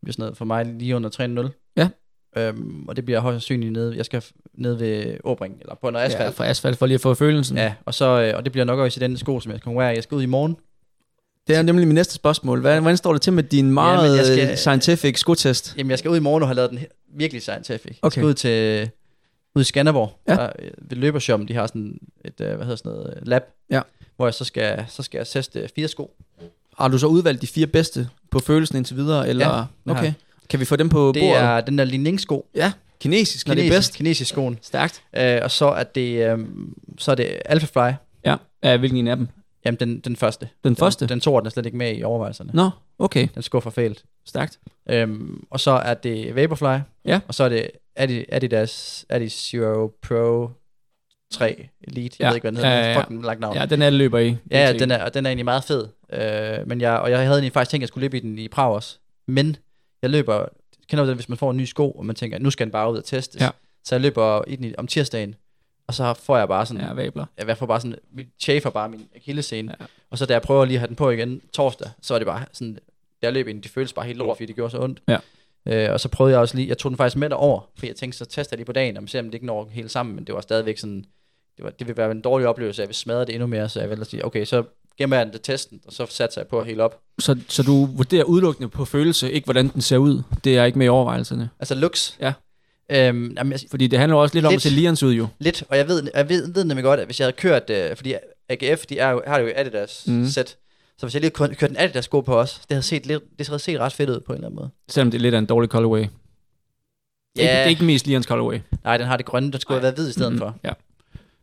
det er sådan noget for mig lige under 3.0.
Ja.
Øhm, og det bliver højst sandsynligt nede, jeg skal f- ned ved Åbring, eller på noget asfalt.
for asfalt, for lige at få følelsen.
Ja, og, så, øh, og det bliver nok også i den sko, som jeg skal konkurrere i. Jeg skal ud i morgen.
Det er nemlig mit næste spørgsmål. Hvordan, hvordan står det til med din meget ja,
jeg
skal...
skal-
scientific skotest?
Jamen, jeg skal ud i morgen og have lavet den he- virkelig scientific. Jeg
Okay.
skal ud til ud i Skanderborg.
Ja.
Ja. Der, øh, ved løbershoppen, de har sådan et, øh, hvad hedder sådan noget, øh, lab.
Ja.
Hvor jeg så skal, så skal jeg teste øh, fire sko.
Har du så udvalgt de fire bedste på følelsen indtil videre? Eller?
Ja, det har
okay.
jeg.
Kan vi få dem på
Det
bordet?
er den der ligningssko.
Ja. Kinesisk, når det er
Kinesisk,
bedst.
kinesisk skoen.
Stærkt.
Øh, og så er det, øh, så er det Alphafly.
Ja. ja, hvilken en af dem?
Jamen, den, den første. Den,
Den første? Mm.
Den to er slet ikke med i overvejelserne.
Nå, okay.
Den skuffer fælt.
Stærkt.
Øhm, og så er det Vaporfly.
Ja.
Og så er det Adi- Adidas Adidas Zero Pro 3 Elite. Jeg
Ja.
ved ikke, hvad den hedder.
Ja,
Ja,
ja,
ja,
ja.
Fucking langt navn.
Ja, den er løber i.
Ja, ja den er, og den er egentlig meget fed. Øh, men jeg, og jeg havde egentlig faktisk tænkt, at jeg skulle løbe i den i Prag også. Men jeg løber, kender du det, hvis man får en ny sko, og man tænker, nu skal den bare ud og testes.
Ja.
Så jeg løber i den i- om tirsdagen, og så får jeg bare sådan,
Ja,
ja.
vabler.
jeg får bare sådan, mit chafer bare min akillescene.
Ja.
Ja. Og så da jeg prøver lige at have den på igen torsdag, så er det bare sådan, da jeg løb ind, det føles bare helt lort, fordi det gjorde så ondt.
Ja.
Øh, og så prøvede jeg også lige, jeg tog den faktisk med derover, for jeg tænkte, så tester jeg lige på dagen, og ser om det ikke når helt sammen, men det var stadigvæk sådan, det, var, det ville være en dårlig oplevelse, jeg vil smadre det endnu mere, så jeg vil sige, okay, så gemmer jeg den til testen, og så satser jeg på at hele op.
Så, så du vurderer udelukkende på følelse, ikke hvordan den ser ud. Det er ikke med i overvejelserne.
Altså looks.
Ja.
Øhm, jamen, jeg,
Fordi det handler jo også lidt, lidt. om at
Lidt.
se lirens ud jo.
lidt, og jeg ved, jeg ved, ved nemlig godt, at hvis jeg havde kørt, øh, fordi AGF, de er jo, har jo Adidas
Mhm.
mm. sæt, så hvis jeg lige havde kørt en Adidas sko på os, det havde set, lidt, det havde set ret fedt ud på en eller anden måde.
Selvom det er lidt af en dårlig colorway. Yeah. Ikke, det er ikke Mhm. mest lirens colorway.
Nej, den har det grønne, den skulle have været hvid i stedet mm. for.
Ja.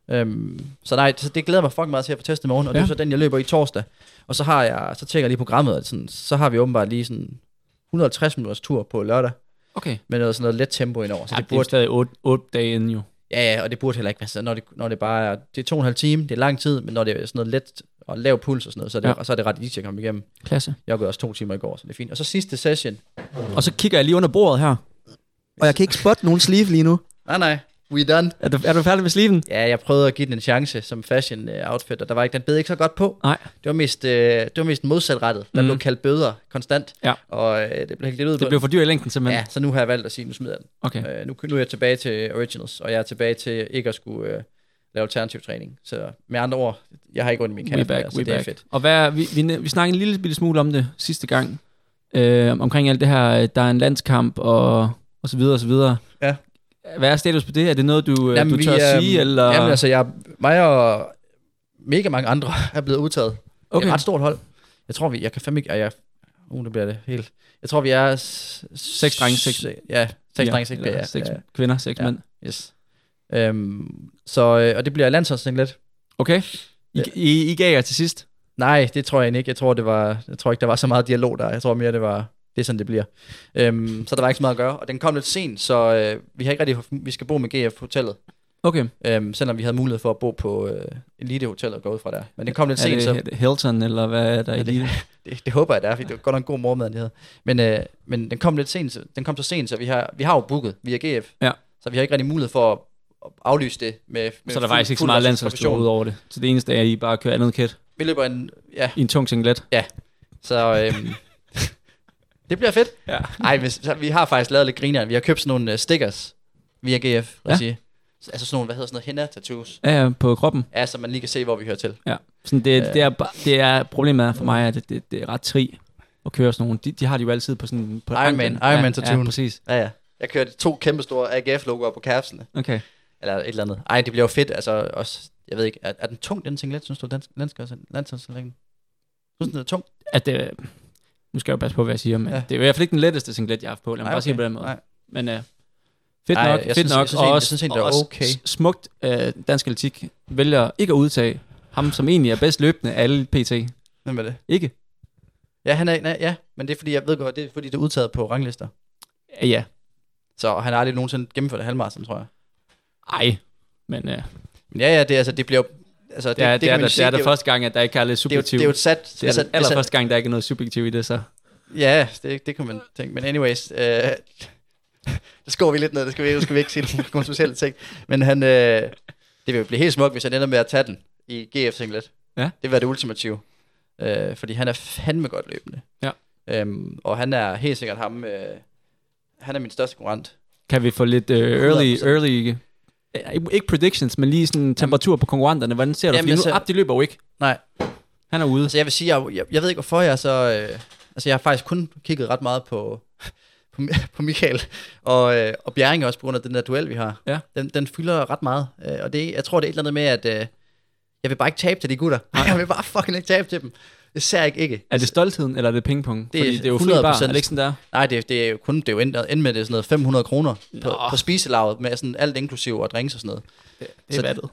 Øhm, så nej, så det glæder mig fucking meget til at få testet i morgen, og ja. det
Ja.
er så den, jeg løber i torsdag. Og så har jeg, så tjekker jeg lige programmet, og sådan, så har vi åbenbart lige sådan 150 minutters tur på lørdag,
Okay.
med noget sådan noget let tempo indover, så
Ja,
ja, det
det er
burde,
stadig 8, 8 dage inden jo.
ja, ja, og det burde heller ikke være sådan, når det, når det bare er, det er to og en halv time, det er lang tid, men når det er sådan noget let og lav puls og sådan noget, så er det,
Ja.
ja. så er det ret easy at komme igennem.
Klasse.
Jeg gået også to timer i går, så det er fint. Og så sidste session.
Og så kigger jeg lige under bordet her. Og jeg kan ikke spotte nogen sleeve lige nu.
Nej, nej, we done.
Er du, er du færdig med sleeven?
Ja, jeg prøvede at give den en chance som fashion øh, outfit, og der var ikke, den bed ikke så godt på.
Nej.
Det var mest, øh, det var mest modsatrettet. Der
Mhm.
mm. blev kaldt bøder konstant,
Ja.
og øh, det blev hældt lidt ud
Det
på.
blev for dyr i længden simpelthen.
Ja, så nu har jeg valgt at sige, nu smider jeg den.
Okay.
Øh, nu, nu er jeg tilbage til originals, og jeg er tilbage til ikke at skulle øh, lave alternativ træning. Så med andre ord, jeg har ikke ondt i min
We
kære,
back,
så
we
det er
back.
fedt.
Og hvad, vi, vi, vi snakkede en lille bitte smule om det sidste gang, øh, omkring alt det her, øh, der er en landskamp og, og så videre og så videre.
Ja.
Hvad er status på det? Er det noget, du, jamen, du tør vi, at
øhm,
sige? Eller?
Jamen altså, jeg, mig og mega mange andre er blevet udtaget. Okay.
okay.
Det er et ret stort hold. Jeg tror, vi... Jeg kan fandme ikke... Ja, jeg, uh, nu bliver det helt... Jeg tror, vi er... s-
Seks drenge, seks-
Ja, seks
Ja,
drenge, seks piger.
eller
Ja,
seks
seks.
kvinder, seks
Ja.
mænd.
Yes. Øhm, så, øh, og det bliver landsholdsting lidt.
Okay. I, I, I gav jer til sidst.
Nej, det tror jeg egentlig ikke. Jeg tror, det var, jeg tror ikke, der var så meget dialog der. Jeg tror mere, det var det er sådan, det bliver. Øhm, så der var ikke så meget at gøre. Og den kom lidt sent, så øh, vi har ikke rigtig... haft- Vi skal bo med GF-hotellet.
Okay.
Øhm, selvom vi havde mulighed for at bo på øh, Elite-hotellet og gå ud fra der. Men den kom lidt
er,
sent,
det,
så...
er det Hilton, eller hvad er der i
Er det-
det?
det, det håber jeg, det er, fordi det var godt nok en god morgenmad, de havde. Men, øh, men den kom lidt sent, så- den kom så sent, så vi har, vi har jo booket via GF.
Ja.
Så vi har ikke rigtig mulighed for at at aflyse det med, med
Så der er
fuld-
faktisk ikke så
fuld
meget
reservation.
landsholdstur ud over det. Så det eneste er, at I bare kører andet kæt
Vi løber en, ja,
i en tung singlet.
så øhm, det bliver fedt.
Ja.
Ej, men, så, vi har faktisk lavet lidt griner. Vi har købt sådan nogle uh, stickers via GF,
Ja.
ja. sige. Så- Altså sådan nogle, hvad hedder sådan noget, henna-tattoos.
Ja, ja, på kroppen.
Ja, så man lige kan se, hvor vi hører til.
Ja, sådan det,
Øh.
det, er, bare- det er problemet er for mig, at det, det, det er ret tri at køre sådan nogle. De, de har de jo altid på sådan... På
Iron Man,
anklen.
Iron Man
ja, ja,
tattooen.
præcis.
Ja, ja. Jeg kørte to kæmpe store AGF-logoer på kapslene.
Okay.
eller et eller andet. Ej, det bliver jo fedt, altså også, jeg ved ikke, er, er den tung, den singlet, synes du, dansk, dansk, landsholdslæggen? Synes du, den er tung?
At det, nu skal jeg jo passe på, hvad jeg siger, men ja.
Ja.
det er jo i hvert fald ikke den letteste singlet, jeg har haft på. Lad mig bare sige det på den måde.
Nej.
Men uh, fedt
Ej,
nok,
jeg
fedt
synes-
nok.
jeg synes
og
egentlig-
også,
jeg synes egentlig,
og
det er
også
okay.
s- smukt, uh, dansk atletik vælger ikke at udtage ham, som egentlig er bedst løbende af alle PT.
Hvem er det?
Ikke?
Ja, han er, nej, ja, men det er fordi, jeg ved godt, det er fordi, det er udtaget på ranglister.
Ja, Øh, Ja.
Så han har aldrig nogensinde gennemført et halvmarathon, tror jeg.
Ej. Men uh, det,
Men ja, ja, det, er altså, det bliver jo- altså, det,
det, er, det,
kan
er,
man
der,
sige,
det er der
jo-
første gang, at der ikke er lidt
det er, jo,
subjektivt.
det er jo et sat. altså,
det er den allerførste gang, der ikke er noget subjektivt i det, så...
Ja, det, det kunne man tænke. Men anyways, øh, der skår vi lidt ned, det skal vi, det skal vi ikke sige nogle kontroversielle ting. Men han, øh, det vil jo blive helt smukt, hvis han ender med at tage den i GF singlet.
Ja.
Det vil være det ultimative. Øh, fordi han er fandme godt løbende.
Ja.
Øhm, og han er helt sikkert ham, øh, han er min største konkurrent.
Kan vi få lidt uh, early,
100%.
early eh, ikke predictions, men lige sådan temperatur på konkurrenterne. Hvordan ser du?
Jamen,
Fordi nu
altså-
Abdi løber jo ikke.
Nej.
Han er ude.
Altså jeg vil sige, jeg, jeg, jeg ved ikke hvorfor jeg er så, øh, altså jeg har faktisk kun kigget ret meget på, på, på Michael og, øh, og Bjerring også på grund af den der duel, vi har.
Ja.
Den, den fylder ret meget, øh, og det, jeg tror det er et eller andet med, at øh, jeg vil bare ikke tabe til de gutter. Jeg vil bare fucking ikke tabe til dem. Især ikke ikke.
Er det stoltheden, eller er det pingpong?
Det er
Fordi det er jo
100%
fri bar, er det ikke sådan der?
Nej, det, er- det er jo kun, det er jo endt, endt med det er sådan noget 500 kroner på, på spiselavet, med sådan alt inklusiv og drinks og sådan noget.
Det er
Så-
vattet.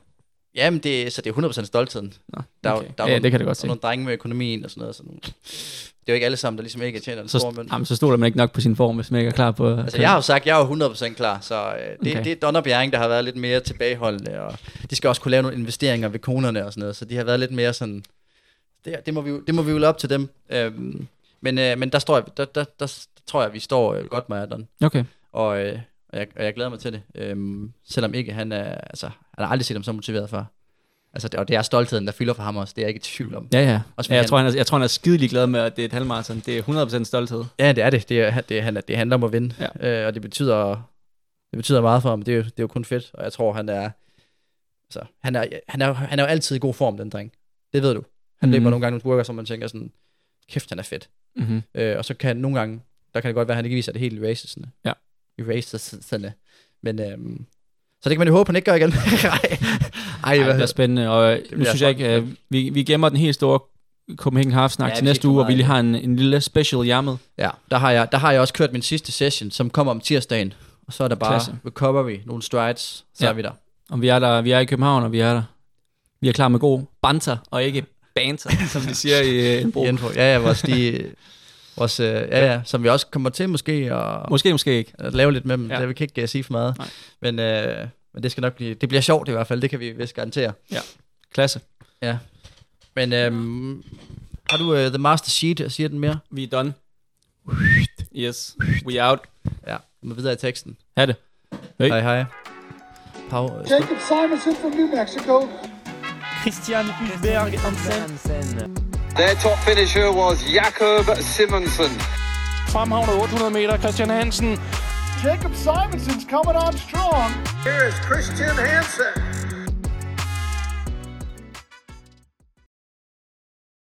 Jamen, det, er- så det er 100% stoltheden.
Nå,
Der, er jo-
okay.
der er
ja,
nogle,
det kan det godt
og
se.
nogle drenge med økonomien og sådan noget. Sådan. nogle- Det er jo ikke alle sammen, der ligesom ikke tjener den
Så,
store mønt.
jamen, så stoler man ikke nok på sin form, hvis man ikke er klar på... øh,
Altså, jeg har jo sagt, jeg er jo 100% klar, så øh, det,
Okay.
okay. det er Donner Bjerring, der har været lidt mere tilbageholdende, og de skal også kunne lave nogle investeringer ved konerne og sådan noget, så de har været lidt mere sådan, det, det, må, vi, jo- det må vi jo lade op til dem. Øhm, men, øh, men der, står, jeg- der, der, der, der tror jeg, vi står øh, godt med Adon,
Okay.
og, øh, og, jeg, og jeg glæder mig til det, øhm, selvom ikke han er, altså, han har aldrig set ham så motiveret før. Altså, det, og det er stoltheden, der fylder for ham også, det er jeg ikke i tvivl om.
Ja, ja.
Også
ja jeg,
fordi
tror, han er, jeg tror, han er skidelig glad med, at det er et halvmarathon. Det er 100% stolthed.
Ja, det er det. Det, er, det, handler, det handler om at vinde, ja. øh, og det betyder, det betyder meget for ham. Det er, jo, det er jo kun fedt, og jeg tror, han er, altså, han, er, han, er, han er jo altid i god form, den dreng. Det ved du.
Mhm.
Han mm. løber nogle gange nogle burger, som man tænker sådan, kæft, han er fedt.
Mm-hmm.
Øh, og så kan han nogle gange, der kan det godt være, at han ikke viser det helt i racesene.
Ja.
I racesene. Men, øhm, så det kan man jo håbe, han ikke gør igen. Ej,
Ej, det bliver spændende, og det nu
bliver
synes jeg ikke, at
fucking
vi, vi gemmer den helt store Copenhagen Half-snak
Ja,
ja, til
vi skal
næste
ikke
uge,
for
og vi lige har
meget
en, en lille special jammet.
Ja, der har, jeg, der har jeg også kørt min sidste session, som kommer om tirsdagen. Og så er der bare
Klasse.
recovery, nogle strides, så
Ja.
ja. er vi der.
Og vi er der, vi er i København, og vi er der. Vi er klar med god banter, og ikke banter, som de siger i øh, Bro.
Info. Ja, ja, vores, de, vores, øh, ja, ja, som vi også kommer til måske at,
Måske, måske ikke.
at lave lidt med dem.
Ja.
Ja. Det, vi kan ikke øh, sige for meget.
Nej.
Men, øh, men det skal nok blive, det bliver sjovt i hvert fald, det kan vi vist garantere.
Klasse.
Men øhm, har du øh, The Master Sheet og siger den mere?
Vi er done. Yes, we out.
Ja, vi må videre i teksten.
Ha' det. Hey.
Hej, hej. Pau, øh,
Jacob Simonson from New Mexico.
Christian Hulberg Hansen.
Their top finisher was Jakob Simonsen.
Fremhavne 800 meter, Christian Hansen.
Jacob Simonson's coming on strong.
Here is Christian Hansen.